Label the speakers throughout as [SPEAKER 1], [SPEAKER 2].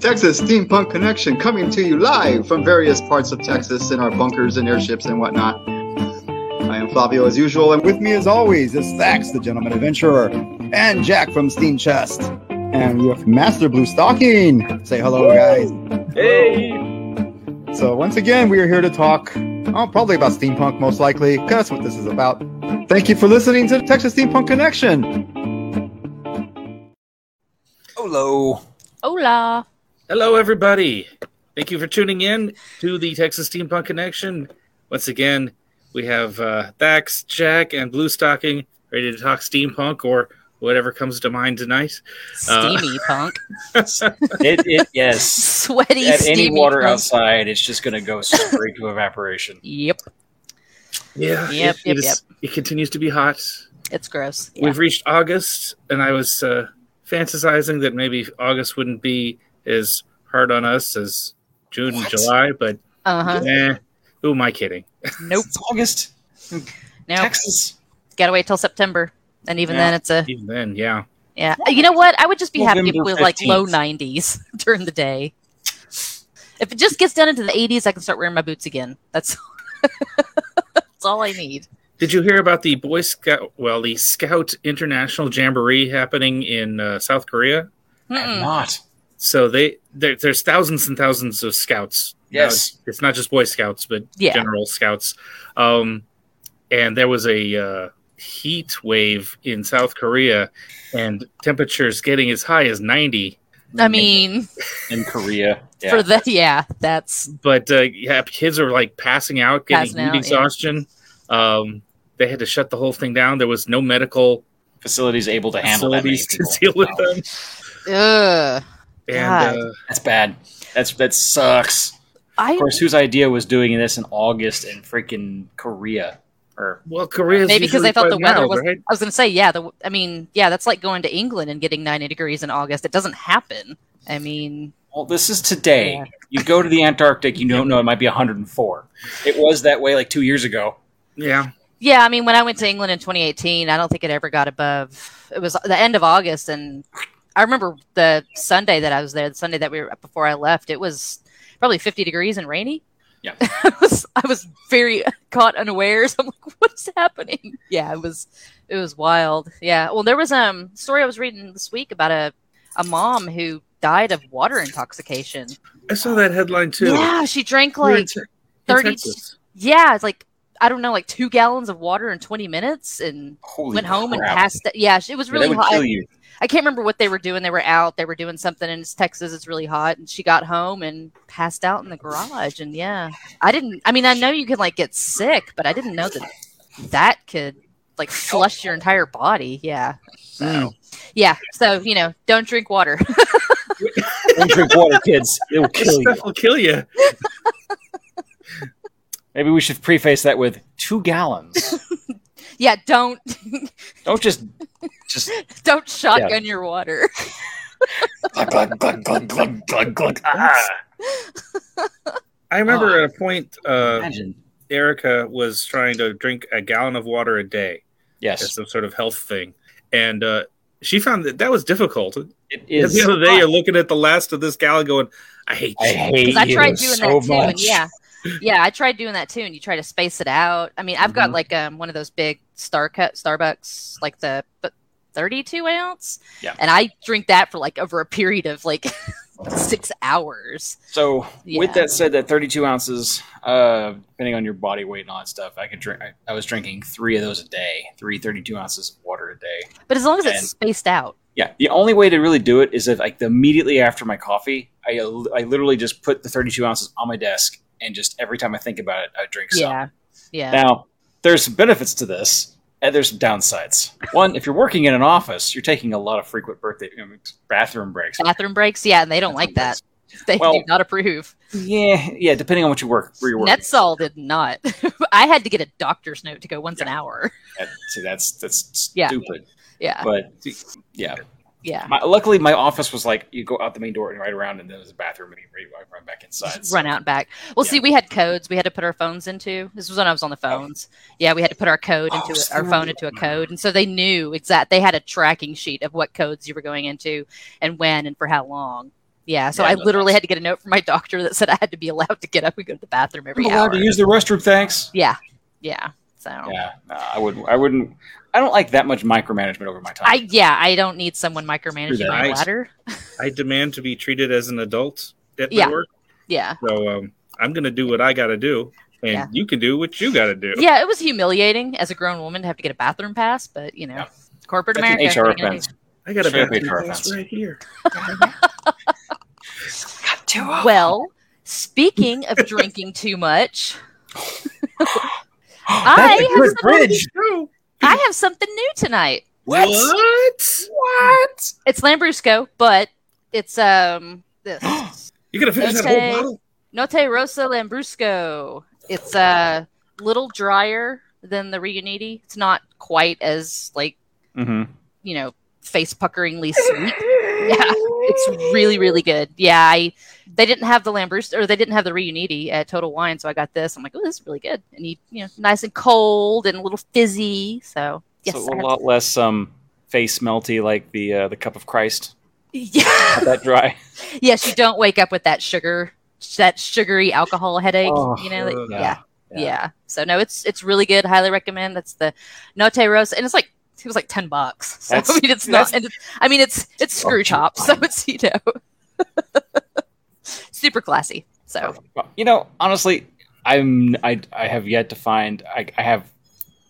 [SPEAKER 1] Texas Steampunk Connection coming to you live from various parts of Texas in our bunkers and airships and whatnot. I am Flavio as usual, and
[SPEAKER 2] With me, as always, is Thax, the gentleman adventurer, and Jack from Steam Chest, and you have Master Blue Stocking. Say hello, guys.
[SPEAKER 3] Hey!
[SPEAKER 2] So once again, we are here to talk, oh, probably about steampunk, most likely, 'cause that's what this is about. Thank you for listening to the Texas Steampunk Connection.
[SPEAKER 4] Hello.
[SPEAKER 5] Hola.
[SPEAKER 3] Hello, everybody. Thank you for tuning in to the Texas Steampunk Connection. Once again, we have uh, Thax, Jack, and Blue Stocking ready to talk steampunk or whatever comes to mind tonight. Uh.
[SPEAKER 5] Steamy punk.
[SPEAKER 4] It, it yes.
[SPEAKER 5] Sweaty,
[SPEAKER 4] At
[SPEAKER 5] steamy
[SPEAKER 4] any water
[SPEAKER 5] punk.
[SPEAKER 4] outside, it's just going to go straight to evaporation.
[SPEAKER 5] Yep.
[SPEAKER 3] Yeah.
[SPEAKER 5] Yep,
[SPEAKER 3] it,
[SPEAKER 5] yep,
[SPEAKER 3] it, is- it continues to be hot.
[SPEAKER 5] It's gross. Yeah.
[SPEAKER 3] We've reached August, and I was uh, fantasizing that maybe August wouldn't be as hard on us as June and July, but
[SPEAKER 5] Uh huh.
[SPEAKER 3] eh, who am I kidding?
[SPEAKER 5] Nope.
[SPEAKER 4] It's August,
[SPEAKER 5] Nope.
[SPEAKER 4] Texas.
[SPEAKER 5] Gotta wait till September. And even
[SPEAKER 3] Yeah.
[SPEAKER 5] then, it's a.
[SPEAKER 3] Even then, yeah.
[SPEAKER 5] Yeah. You know what? I would just be happy if
[SPEAKER 4] November
[SPEAKER 5] we were like low
[SPEAKER 4] 15th.
[SPEAKER 5] 90s during the day. If it just gets down into the 80s, I can start wearing my boots again. That's, That's all I need.
[SPEAKER 3] Did you hear about the Boy Scout, well, the Scout International Jamboree happening in uh, South Korea?
[SPEAKER 4] I'm
[SPEAKER 5] Mm-mm.
[SPEAKER 4] not.
[SPEAKER 3] So they there, there's thousands and thousands of scouts. Now,
[SPEAKER 4] Yes.
[SPEAKER 3] it's- it's not just Boy Scouts, but
[SPEAKER 5] Yeah.
[SPEAKER 3] general scouts. Um, and there was a uh, heat wave in South Korea, and temperatures getting as high as 90.
[SPEAKER 5] I mean,
[SPEAKER 4] In Korea. Yeah.
[SPEAKER 5] for the. Yeah, that's.
[SPEAKER 3] But uh, yeah, kids are like passing out, getting
[SPEAKER 5] Passing
[SPEAKER 3] heat
[SPEAKER 5] out, yeah.
[SPEAKER 3] exhaustion. Um, they had to shut the whole thing down. There was no medical
[SPEAKER 4] Facilities able to handle that many
[SPEAKER 3] facilities to deal
[SPEAKER 4] people.
[SPEAKER 3] with
[SPEAKER 4] Wow.
[SPEAKER 3] them.
[SPEAKER 5] Ugh. God.
[SPEAKER 3] And uh,
[SPEAKER 4] That's bad. That's That sucks.
[SPEAKER 5] I.
[SPEAKER 4] Of course, whose idea was doing this in August in freaking Korea? Or
[SPEAKER 3] well, Korea's
[SPEAKER 5] Maybe 'cause
[SPEAKER 3] usually
[SPEAKER 5] they thought the
[SPEAKER 3] quite
[SPEAKER 5] weather
[SPEAKER 3] mild,
[SPEAKER 5] was-
[SPEAKER 3] right?
[SPEAKER 5] I was going to say, yeah. The, I mean, yeah, that's like going to England and getting 90 degrees in August. It doesn't happen. I mean,
[SPEAKER 4] Well, this is today.
[SPEAKER 5] Yeah.
[SPEAKER 4] You go to the Antarctic, you don't know it might be 104. It was that way like two years ago.
[SPEAKER 3] Yeah,
[SPEAKER 5] yeah, I mean, when I went to England in 2018, I don't think it ever got above. It was the end of August, and I remember the Sunday that I was there, the Sunday that we were before I left. It was probably 50 degrees and rainy.
[SPEAKER 4] Yeah.
[SPEAKER 5] I was I was very caught unawares. I'm like, what is happening? Yeah, it was it was wild. Yeah. Well, there was um story I was reading this week about a a mom who died of water intoxication.
[SPEAKER 3] I saw that headline too.
[SPEAKER 5] Yeah, she drank
[SPEAKER 3] We were in
[SPEAKER 5] like
[SPEAKER 3] Te- in
[SPEAKER 5] 30
[SPEAKER 3] Texas.
[SPEAKER 5] yeah, it's like I don't know, like two gallons of water in twenty minutes, and
[SPEAKER 4] Holy
[SPEAKER 5] went home and
[SPEAKER 4] crap.
[SPEAKER 5] passed. It. Yeah, it was
[SPEAKER 4] Yeah, that
[SPEAKER 5] really
[SPEAKER 4] would kill
[SPEAKER 5] hot.
[SPEAKER 4] you.
[SPEAKER 5] I can't remember what they were doing. They were out. They were doing something, and it's Texas. It's really hot, and she got home and passed out in the garage. And yeah, I didn't. I mean, I know you can like get sick, but I didn't know that that could like flush your entire body. Yeah. So
[SPEAKER 4] Mm.
[SPEAKER 5] yeah, so you know, don't drink water.
[SPEAKER 4] Don't drink water, kids. It will
[SPEAKER 3] This
[SPEAKER 4] kill you.
[SPEAKER 3] stuff will kill you.
[SPEAKER 4] Maybe we should preface that with two gallons.
[SPEAKER 5] yeah, don't
[SPEAKER 4] Don't just just
[SPEAKER 5] don't shotgun your water.
[SPEAKER 4] glug glug glug glug glug glug glug. Ah,
[SPEAKER 3] I remember at
[SPEAKER 5] Ah.
[SPEAKER 3] a point, uh,
[SPEAKER 4] imagine.
[SPEAKER 3] Erica was trying to drink a gallon of water a day as
[SPEAKER 4] Yes,
[SPEAKER 3] some sort of health thing, and uh, she found that that was difficult.
[SPEAKER 4] it is.
[SPEAKER 3] The other day, you're looking at the last of this gallon, going, "I hate
[SPEAKER 4] I
[SPEAKER 3] you."
[SPEAKER 4] hate
[SPEAKER 5] Because I
[SPEAKER 4] you
[SPEAKER 5] tried doing
[SPEAKER 4] so
[SPEAKER 5] that too,
[SPEAKER 4] much.
[SPEAKER 5] and yeah, yeah, I tried doing that too, and you try to space it out. I mean, I've
[SPEAKER 4] Mm-hmm.
[SPEAKER 5] got like um one of those big Star Cut Starbucks, like the but thirty-two ounce,
[SPEAKER 4] Yeah.
[SPEAKER 5] and I drink that for like over a period of like six hours.
[SPEAKER 4] So,
[SPEAKER 5] Yeah.
[SPEAKER 4] with that said, that 32 ounces, uh, depending on your body weight and all that stuff, I could drink. I, I was drinking three of those a day, three 32 ounces of water a day.
[SPEAKER 5] But as long as
[SPEAKER 4] And-
[SPEAKER 5] it's spaced out,
[SPEAKER 4] Yeah, the only way to really do it is if, like, immediately after my coffee, I, I literally just put the 32 ounces on my desk, and just every time I think about it, I drink some.
[SPEAKER 5] yeah, yeah,
[SPEAKER 4] Now, there's some benefits to this, and there's some downsides. One, if you're working in an office, you're taking a lot of frequent birthday you know, bathroom breaks.
[SPEAKER 5] bathroom breaks, yeah, and they don't like that. They
[SPEAKER 4] Well-
[SPEAKER 5] do not approve.
[SPEAKER 4] Yeah, yeah, depending on what you work, where you work.
[SPEAKER 5] Netsol did not. I had to get a doctor's note to go once an hour.
[SPEAKER 4] That- see, that's that's
[SPEAKER 5] Yeah.
[SPEAKER 4] stupid.
[SPEAKER 5] Yeah,
[SPEAKER 4] But yeah,
[SPEAKER 5] yeah.
[SPEAKER 4] my, luckily my office was like you go out the main door and right around, and then there's a bathroom, and you run- run back inside.
[SPEAKER 5] Just run out and back. Well,
[SPEAKER 4] Yeah.
[SPEAKER 5] see, we had codes we had to put our phones into. This was when I was on the phones. Yeah, we had to put our code
[SPEAKER 4] Oh,
[SPEAKER 5] into
[SPEAKER 4] so
[SPEAKER 5] our phone
[SPEAKER 4] you-
[SPEAKER 5] into a code, and so they knew exact. They had a tracking sheet of what codes you were going into and when and for how long. Yeah, so
[SPEAKER 4] Yeah,
[SPEAKER 5] I
[SPEAKER 4] I know
[SPEAKER 5] literally
[SPEAKER 4] that.
[SPEAKER 5] had to get a note from my doctor that said I had to be allowed to get up and go to the bathroom every
[SPEAKER 4] I'm
[SPEAKER 5] hour.
[SPEAKER 4] allowed to use the restroom. Thanks.
[SPEAKER 5] yeah, yeah. So
[SPEAKER 4] Yeah, no, I wouldn't. I wouldn't. I don't like that much micromanagement over my time.
[SPEAKER 5] I yeah I don't need someone micromanaging
[SPEAKER 4] that.
[SPEAKER 5] my
[SPEAKER 3] Nice.
[SPEAKER 5] bladder.
[SPEAKER 3] I demand to be treated as an adult at
[SPEAKER 5] Yeah.
[SPEAKER 3] my work.
[SPEAKER 5] Yeah,
[SPEAKER 3] So um, I'm going to do what I got to do, and
[SPEAKER 5] Yeah.
[SPEAKER 3] you can do what you got to do.
[SPEAKER 5] yeah. It was humiliating as a grown woman to have to get a bathroom pass, but you know,
[SPEAKER 4] Yeah.
[SPEAKER 5] corporate
[SPEAKER 4] That's an
[SPEAKER 5] America.
[SPEAKER 4] HR
[SPEAKER 5] what are you gonna
[SPEAKER 4] offense.
[SPEAKER 3] I got a
[SPEAKER 4] Straight up
[SPEAKER 3] bathroom
[SPEAKER 4] HR
[SPEAKER 3] pass
[SPEAKER 4] offense.
[SPEAKER 3] right here.
[SPEAKER 5] do? Well, speaking of drinking too much, I
[SPEAKER 4] That's a
[SPEAKER 5] have
[SPEAKER 4] good
[SPEAKER 5] something-
[SPEAKER 4] bridge.
[SPEAKER 5] I have something new tonight.
[SPEAKER 4] What? What?
[SPEAKER 5] It's Lambrusco, but it's um this.
[SPEAKER 3] You're going to finish
[SPEAKER 5] Okay.
[SPEAKER 3] that whole bottle?
[SPEAKER 5] Note Rosa Lambrusco. It's a little drier than the Riuniti. It's not quite as like
[SPEAKER 4] Mm-hmm.
[SPEAKER 5] you know face puckeringly sweet. Yeah, it's really really good. Yeah, I they didn't have the Lambrusco or they didn't have the Riuniti at Total Wine, so I got this. I'm like, oh, this is really good, and you you know nice and cold and a little fizzy. So yes,
[SPEAKER 4] so
[SPEAKER 5] I
[SPEAKER 4] a
[SPEAKER 5] have-
[SPEAKER 4] lot less um, face melty, like the uh, the cup of Christ.
[SPEAKER 5] yeah,
[SPEAKER 4] Not that dry.
[SPEAKER 5] yes, you don't wake up with that sugar that sugary alcohol headache.
[SPEAKER 4] Oh,
[SPEAKER 5] you know, that-
[SPEAKER 3] yeah.
[SPEAKER 5] yeah.
[SPEAKER 4] Yeah.
[SPEAKER 5] yeah. So no, it's it's really good. Highly recommend. That's the Note Rosa, and it's like it was like ten bucks. So I
[SPEAKER 4] That's-
[SPEAKER 5] mean, it's not. And it's, I mean, it's it's screw chop. So it's you know, super classy. So
[SPEAKER 4] Well, You know, honestly, I'm I, I have yet to find I, I have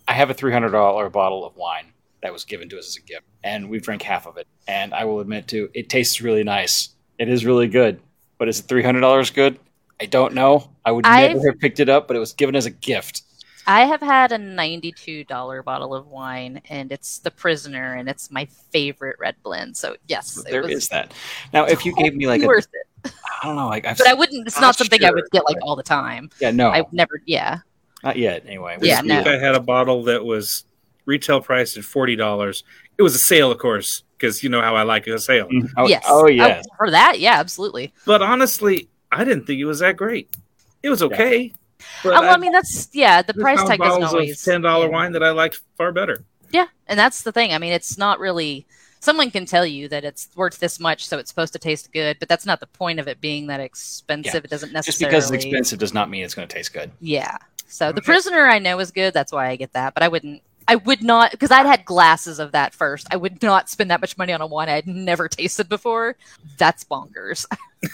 [SPEAKER 4] I have a three hundred dollar bottle of wine that was given to us as a gift, and we've drank half of it. And I will admit to it tastes really nice. It is really good, but is it three hundred dollars good? I don't know. I would
[SPEAKER 5] I've-
[SPEAKER 4] never have picked it up, but it was given as a gift.
[SPEAKER 5] I have had a ninety-two dollar bottle of wine, and it's the Prisoner, and it's my favorite red blend. So yes,
[SPEAKER 4] There is that. Now, if you gave me like a,
[SPEAKER 5] worth it,
[SPEAKER 4] I don't know, like I've,
[SPEAKER 5] but I wouldn't. It's
[SPEAKER 4] I'm
[SPEAKER 5] not something I
[SPEAKER 4] sure. Oh.
[SPEAKER 5] would get like all the time.
[SPEAKER 4] yeah, no,
[SPEAKER 5] I never. Yeah,
[SPEAKER 4] not yet. Anyway,
[SPEAKER 3] This
[SPEAKER 5] Yeah,
[SPEAKER 3] week
[SPEAKER 5] no.
[SPEAKER 3] I had a bottle that was retail priced at forty dollars. It was a sale, of course, because you know how I like a sale.
[SPEAKER 4] Mm, Oh,
[SPEAKER 5] yes.
[SPEAKER 4] oh
[SPEAKER 5] I-
[SPEAKER 4] yes.
[SPEAKER 5] for that, yeah, absolutely.
[SPEAKER 3] But honestly, I didn't think it was that great. It was okay. But
[SPEAKER 5] Oh, well, I mean, that's yeah. The price tag doesn't always
[SPEAKER 3] ten dollar
[SPEAKER 5] yeah.
[SPEAKER 3] wine that I liked far better.
[SPEAKER 5] Yeah, and that's the thing. I mean, it's not really. Someone can tell you that it's worth this much, so it's supposed to taste good, but that's not the point of it being that expensive. It doesn't
[SPEAKER 4] Just
[SPEAKER 5] necessarily.
[SPEAKER 4] because it's expensive does not mean it's going to taste good.
[SPEAKER 5] Yeah. So the
[SPEAKER 3] Okay.
[SPEAKER 5] prisoner I know is good. That's why I get that. But I wouldn't. I would not because I'd had glasses of that first. I would not spend that much money on a wine I'd never tasted before. That's bonkers.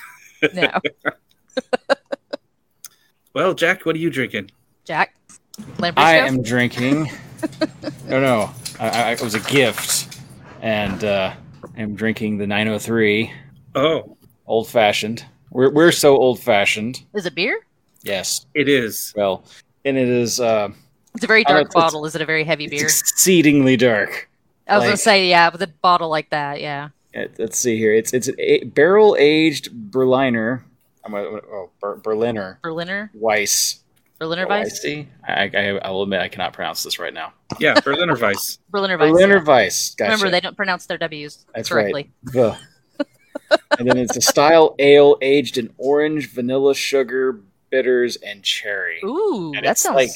[SPEAKER 5] no,
[SPEAKER 3] Well, Jack, what are you drinking?
[SPEAKER 5] Jack. Lambrusco?
[SPEAKER 4] I am drinking. no, no, I, I, it was a gift, and uh, I'm drinking the 903
[SPEAKER 3] Oh,
[SPEAKER 4] old fashioned. We're we're so old fashioned.
[SPEAKER 5] Is it beer?
[SPEAKER 4] Yes,
[SPEAKER 3] it is.
[SPEAKER 4] well, and it is uh,
[SPEAKER 5] It's a very
[SPEAKER 4] I don't-
[SPEAKER 5] dark
[SPEAKER 4] it's-
[SPEAKER 5] bottle. Is it a very heavy
[SPEAKER 4] it's
[SPEAKER 5] beer?
[SPEAKER 4] exceedingly dark.
[SPEAKER 5] I was gonna
[SPEAKER 4] like-
[SPEAKER 5] say yeah, with a bottle like that, yeah.
[SPEAKER 4] It- Let's see here. It's it's a barrel aged Berliner. I'm a, oh, Ber, Berliner
[SPEAKER 5] Berliner,
[SPEAKER 4] Weiss.
[SPEAKER 5] Berliner
[SPEAKER 4] Oh, I
[SPEAKER 5] Weiss,
[SPEAKER 4] see. I, I I will admit I cannot pronounce this right now.
[SPEAKER 3] Yeah, Berliner Weiss.
[SPEAKER 5] Berliner Weiss.
[SPEAKER 4] Berliner
[SPEAKER 5] yeah.
[SPEAKER 4] Weiss. Gotcha.
[SPEAKER 5] Remember, they don't pronounce their W's
[SPEAKER 4] That's right.
[SPEAKER 5] correctly.
[SPEAKER 4] Ugh. and then it's a style ale aged in orange, vanilla, sugar, bitters, and cherry.
[SPEAKER 5] Ooh,
[SPEAKER 4] And
[SPEAKER 5] that
[SPEAKER 4] it's
[SPEAKER 5] sounds
[SPEAKER 4] like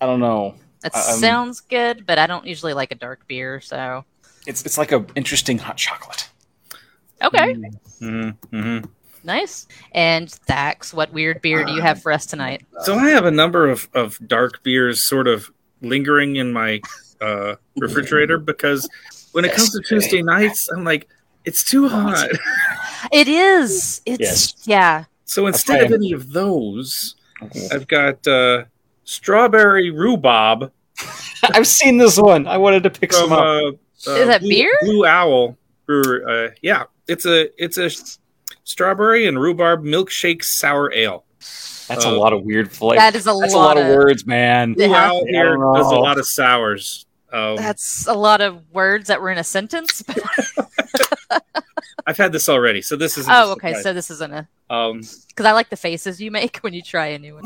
[SPEAKER 4] I don't know.
[SPEAKER 5] that
[SPEAKER 4] um,
[SPEAKER 5] sounds good, but I don't usually like a dark beer, so
[SPEAKER 4] It's it's like a interesting hot chocolate.
[SPEAKER 5] okay,
[SPEAKER 4] Mm.
[SPEAKER 3] hmm hmm
[SPEAKER 5] nice. And Thax, what weird beer do you have for us tonight?
[SPEAKER 3] So I have a number of, of dark beers sort of lingering in my uh, refrigerator because when it comes to Tuesday nights, I'm like, it's too hot.
[SPEAKER 5] It is. It's
[SPEAKER 4] Yes.
[SPEAKER 5] yeah.
[SPEAKER 3] So instead of
[SPEAKER 4] Okay.
[SPEAKER 3] any of those, I've got uh, strawberry rhubarb
[SPEAKER 4] I've seen this one. I wanted to pick
[SPEAKER 3] from
[SPEAKER 4] some up.
[SPEAKER 3] uh, uh,
[SPEAKER 5] Is that
[SPEAKER 3] Blue,
[SPEAKER 5] beer?
[SPEAKER 3] Blue Owl Brewer. Uh, yeah, it's a it's a strawberry and rhubarb milkshake sour ale.
[SPEAKER 4] That's
[SPEAKER 3] uh,
[SPEAKER 4] a lot of weird flavor.
[SPEAKER 5] that is a
[SPEAKER 4] That's
[SPEAKER 5] lot, of,
[SPEAKER 4] words, man.
[SPEAKER 5] Yeah.
[SPEAKER 3] Blue Owl
[SPEAKER 4] Yeah, I
[SPEAKER 3] here
[SPEAKER 4] don't
[SPEAKER 3] does a
[SPEAKER 4] know.
[SPEAKER 3] lot of sours. Um,
[SPEAKER 5] That's a lot of words that were in a sentence. but-
[SPEAKER 3] I've had this already, so this is
[SPEAKER 5] oh, okay. So this isn't a
[SPEAKER 3] um,
[SPEAKER 5] because I like the faces you make when you try a new one.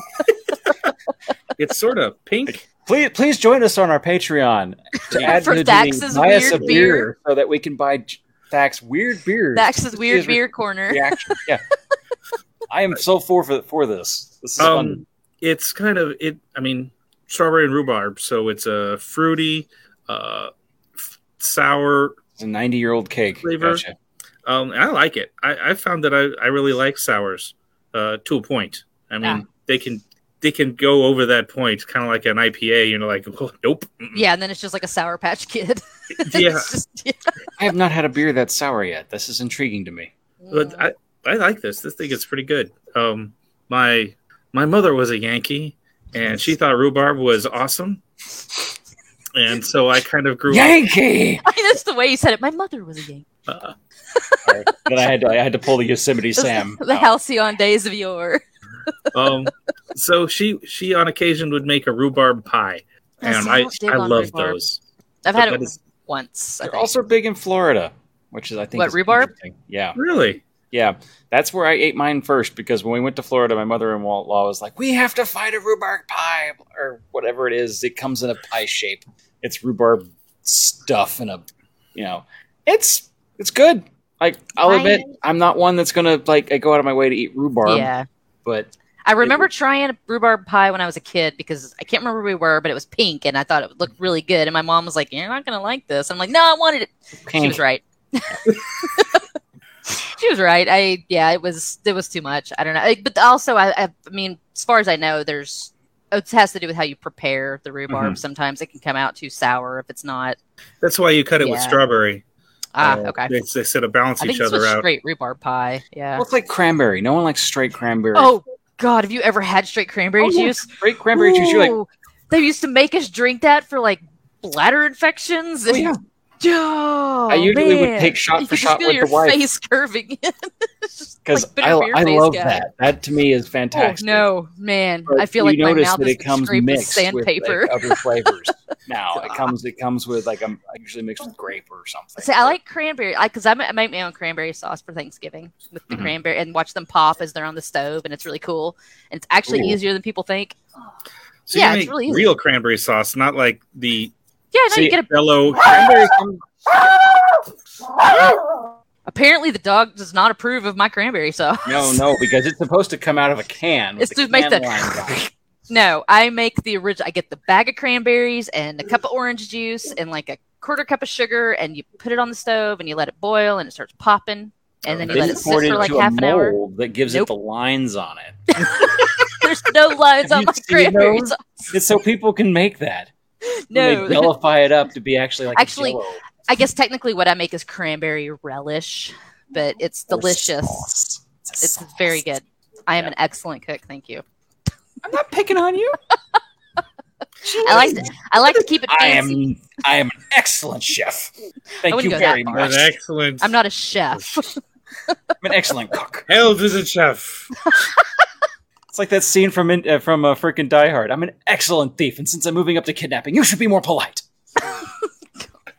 [SPEAKER 3] it's sort of pink.
[SPEAKER 4] Please please join us on our Patreon to add
[SPEAKER 5] For
[SPEAKER 4] to the
[SPEAKER 5] Dax's
[SPEAKER 4] buy us
[SPEAKER 5] weird
[SPEAKER 4] a
[SPEAKER 5] beer.
[SPEAKER 4] so that we can buy J- Dax weird beer.
[SPEAKER 5] Thax's weird
[SPEAKER 4] His
[SPEAKER 5] beer corner.
[SPEAKER 4] reaction. Yeah. I am so for for, for this. This is fun.
[SPEAKER 3] Um, it's kind of it. I mean, strawberry and rhubarb, so it's a fruity, uh, f- sour
[SPEAKER 4] It's a 90 year old cake.
[SPEAKER 3] Flavor.
[SPEAKER 4] Gotcha.
[SPEAKER 3] Um, I like it. I, I found that I, I really like sours uh, to a point. I mean,
[SPEAKER 5] Yeah.
[SPEAKER 3] they can they can go over that point, kind of like an IPA. You know, like oh, nope. mm-mm."
[SPEAKER 5] Yeah, and then it's just like a Sour Patch Kid. It's
[SPEAKER 3] Yeah.
[SPEAKER 5] just- yeah.
[SPEAKER 4] I have not had a beer that's sour yet. This is intriguing to me.
[SPEAKER 3] But I, I like this. This thing is pretty good. Um, my my mother was a Yankee, and she thought rhubarb was awesome, and so I kind of grew up.
[SPEAKER 4] Yankee.
[SPEAKER 5] I mean, that's the way you said it. My mother was a Yankee.
[SPEAKER 3] Uh,
[SPEAKER 4] Sorry. then I had to, I had to pull the Yosemite Sam.
[SPEAKER 5] the
[SPEAKER 3] Oh.
[SPEAKER 4] out.
[SPEAKER 5] halcyon days of yore.
[SPEAKER 3] um, so she she on occasion would make a rhubarb pie, and I
[SPEAKER 5] Don't dig
[SPEAKER 3] I
[SPEAKER 5] on
[SPEAKER 3] love
[SPEAKER 5] rhubarb.
[SPEAKER 3] those.
[SPEAKER 5] I've
[SPEAKER 3] But
[SPEAKER 5] had
[SPEAKER 3] that
[SPEAKER 5] it
[SPEAKER 3] is-
[SPEAKER 5] once. I
[SPEAKER 4] They're
[SPEAKER 5] think.
[SPEAKER 4] also big in Florida, which is I think
[SPEAKER 5] What,
[SPEAKER 4] is
[SPEAKER 5] rhubarb?
[SPEAKER 4] interesting. Yeah,
[SPEAKER 3] Really,
[SPEAKER 4] yeah. That's where I ate mine first because when we went to Florida, my mother-in-law was like, "We have to find a rhubarb pie or whatever it is. It comes in a pie shape. It's rhubarb stuff in a, you know, it's it's good. Like I'll
[SPEAKER 5] I-
[SPEAKER 4] admit, I'm not one that's gonna like I go out of my way to eat rhubarb,
[SPEAKER 5] yeah.
[SPEAKER 4] but
[SPEAKER 5] I remember trying a rhubarb pie when I was a kid because I can't remember where we were, but it was pink and I thought it looked really good. And my mom was like, You're not going to like this. I'm like, No, I wanted it. She was right. she was right. I, yeah, it was, it was too much. I don't know. I- But also, I, I, I mean, as far as I know, there's, it has to do with how you prepare the rhubarb.
[SPEAKER 4] Mm-hmm.
[SPEAKER 5] Sometimes it can come out too sour if it's not.
[SPEAKER 3] that's why you cut it with
[SPEAKER 5] Yeah.
[SPEAKER 3] strawberry.
[SPEAKER 5] Ah,
[SPEAKER 4] Oh,
[SPEAKER 3] Uh,
[SPEAKER 5] okay.
[SPEAKER 3] They, they sort of balance
[SPEAKER 5] I think
[SPEAKER 3] each
[SPEAKER 5] it's
[SPEAKER 3] other
[SPEAKER 5] just
[SPEAKER 3] out.
[SPEAKER 5] straight rhubarb pie. Yeah.
[SPEAKER 4] Well, it's like cranberry. No one likes straight cranberry.
[SPEAKER 5] Oh God, have you ever had straight cranberry
[SPEAKER 4] Oh, yeah.
[SPEAKER 5] juice?
[SPEAKER 4] straight cranberry juice. You're like,
[SPEAKER 5] Ooh, they used to make us drink that for like bladder infections.
[SPEAKER 4] oh, yeah.
[SPEAKER 5] Oh,
[SPEAKER 4] I usually would
[SPEAKER 5] man.
[SPEAKER 4] take shot
[SPEAKER 5] you
[SPEAKER 4] for
[SPEAKER 5] could
[SPEAKER 4] shot
[SPEAKER 5] feel
[SPEAKER 4] with
[SPEAKER 5] your
[SPEAKER 4] the wife.
[SPEAKER 5] face curving. It's just,
[SPEAKER 4] because
[SPEAKER 5] like, bitter
[SPEAKER 4] I,
[SPEAKER 5] for your
[SPEAKER 4] I
[SPEAKER 5] face,
[SPEAKER 4] love
[SPEAKER 5] guy.
[SPEAKER 4] that. That to me is
[SPEAKER 5] Oh
[SPEAKER 4] fantastic.
[SPEAKER 5] no, man!
[SPEAKER 4] But
[SPEAKER 5] I feel
[SPEAKER 4] you
[SPEAKER 5] like my
[SPEAKER 4] notice
[SPEAKER 5] mouth
[SPEAKER 4] that
[SPEAKER 5] is
[SPEAKER 4] it comes
[SPEAKER 5] scraped with
[SPEAKER 4] mixed
[SPEAKER 5] sandpaper.
[SPEAKER 4] with like, other flavors. now it
[SPEAKER 5] God.
[SPEAKER 4] comes it comes with like I'm I usually mixed with grape or something.
[SPEAKER 5] See, I like cranberry because I, I make my own cranberry sauce for Thanksgiving with the
[SPEAKER 4] Mhm.
[SPEAKER 5] cranberry and watch them pop as they're on the stove, and it's really cool. And it's actually
[SPEAKER 4] Ooh.
[SPEAKER 5] easier than people think.
[SPEAKER 3] So you
[SPEAKER 5] Yeah, it's
[SPEAKER 3] make
[SPEAKER 5] really easy.
[SPEAKER 3] real cranberry sauce, not like the
[SPEAKER 5] Yeah, no,
[SPEAKER 4] See,
[SPEAKER 5] you get a
[SPEAKER 3] yellow.
[SPEAKER 4] cranberry. From,
[SPEAKER 5] Apparently, the dog does not approve of my cranberry sauce.
[SPEAKER 4] no, no, because it's supposed to come out of a can. with
[SPEAKER 5] It's to
[SPEAKER 4] the
[SPEAKER 5] make
[SPEAKER 4] can
[SPEAKER 5] that-
[SPEAKER 4] line down.
[SPEAKER 5] No, I make the original. I get the bag of cranberries and a cup of orange juice and like a quarter cup of sugar, and you put it on the stove and you let it boil and it starts popping, and then you
[SPEAKER 4] Then
[SPEAKER 5] let
[SPEAKER 4] you
[SPEAKER 5] it sit
[SPEAKER 4] pour it
[SPEAKER 5] for like
[SPEAKER 4] into a
[SPEAKER 5] half an hour.
[SPEAKER 4] mold that gives
[SPEAKER 5] Nope.
[SPEAKER 4] it the lines on it.
[SPEAKER 5] There's no lines
[SPEAKER 4] Have
[SPEAKER 5] on
[SPEAKER 4] you
[SPEAKER 5] my
[SPEAKER 4] seen
[SPEAKER 5] cranberry
[SPEAKER 4] those?
[SPEAKER 5] sauce.
[SPEAKER 4] It's so people can make that.
[SPEAKER 5] No,
[SPEAKER 4] they vilify it up to be actually like a
[SPEAKER 5] Actually,
[SPEAKER 4] Jell-O
[SPEAKER 5] I guess technically what I make is cranberry relish, but it's
[SPEAKER 4] or
[SPEAKER 5] delicious.
[SPEAKER 4] sauce. a
[SPEAKER 5] It's
[SPEAKER 4] sauce.
[SPEAKER 5] very good. I am
[SPEAKER 4] Yeah.
[SPEAKER 5] an excellent cook. Thank you.
[SPEAKER 4] I'm not picking on you.
[SPEAKER 5] I like to, I like to keep it
[SPEAKER 4] I
[SPEAKER 5] fancy.
[SPEAKER 4] am I am an excellent chef.
[SPEAKER 5] I
[SPEAKER 4] Thank
[SPEAKER 5] wouldn't
[SPEAKER 4] you
[SPEAKER 5] go
[SPEAKER 4] very
[SPEAKER 5] that
[SPEAKER 4] much.
[SPEAKER 3] An excellent.
[SPEAKER 5] I'm not a chef.
[SPEAKER 4] I'm an excellent cook.
[SPEAKER 3] Held as a chef.
[SPEAKER 4] It's like that scene from in, uh, from uh, freaking Die Hard. I'm an excellent thief, and since I'm moving up to kidnapping, you should be more polite.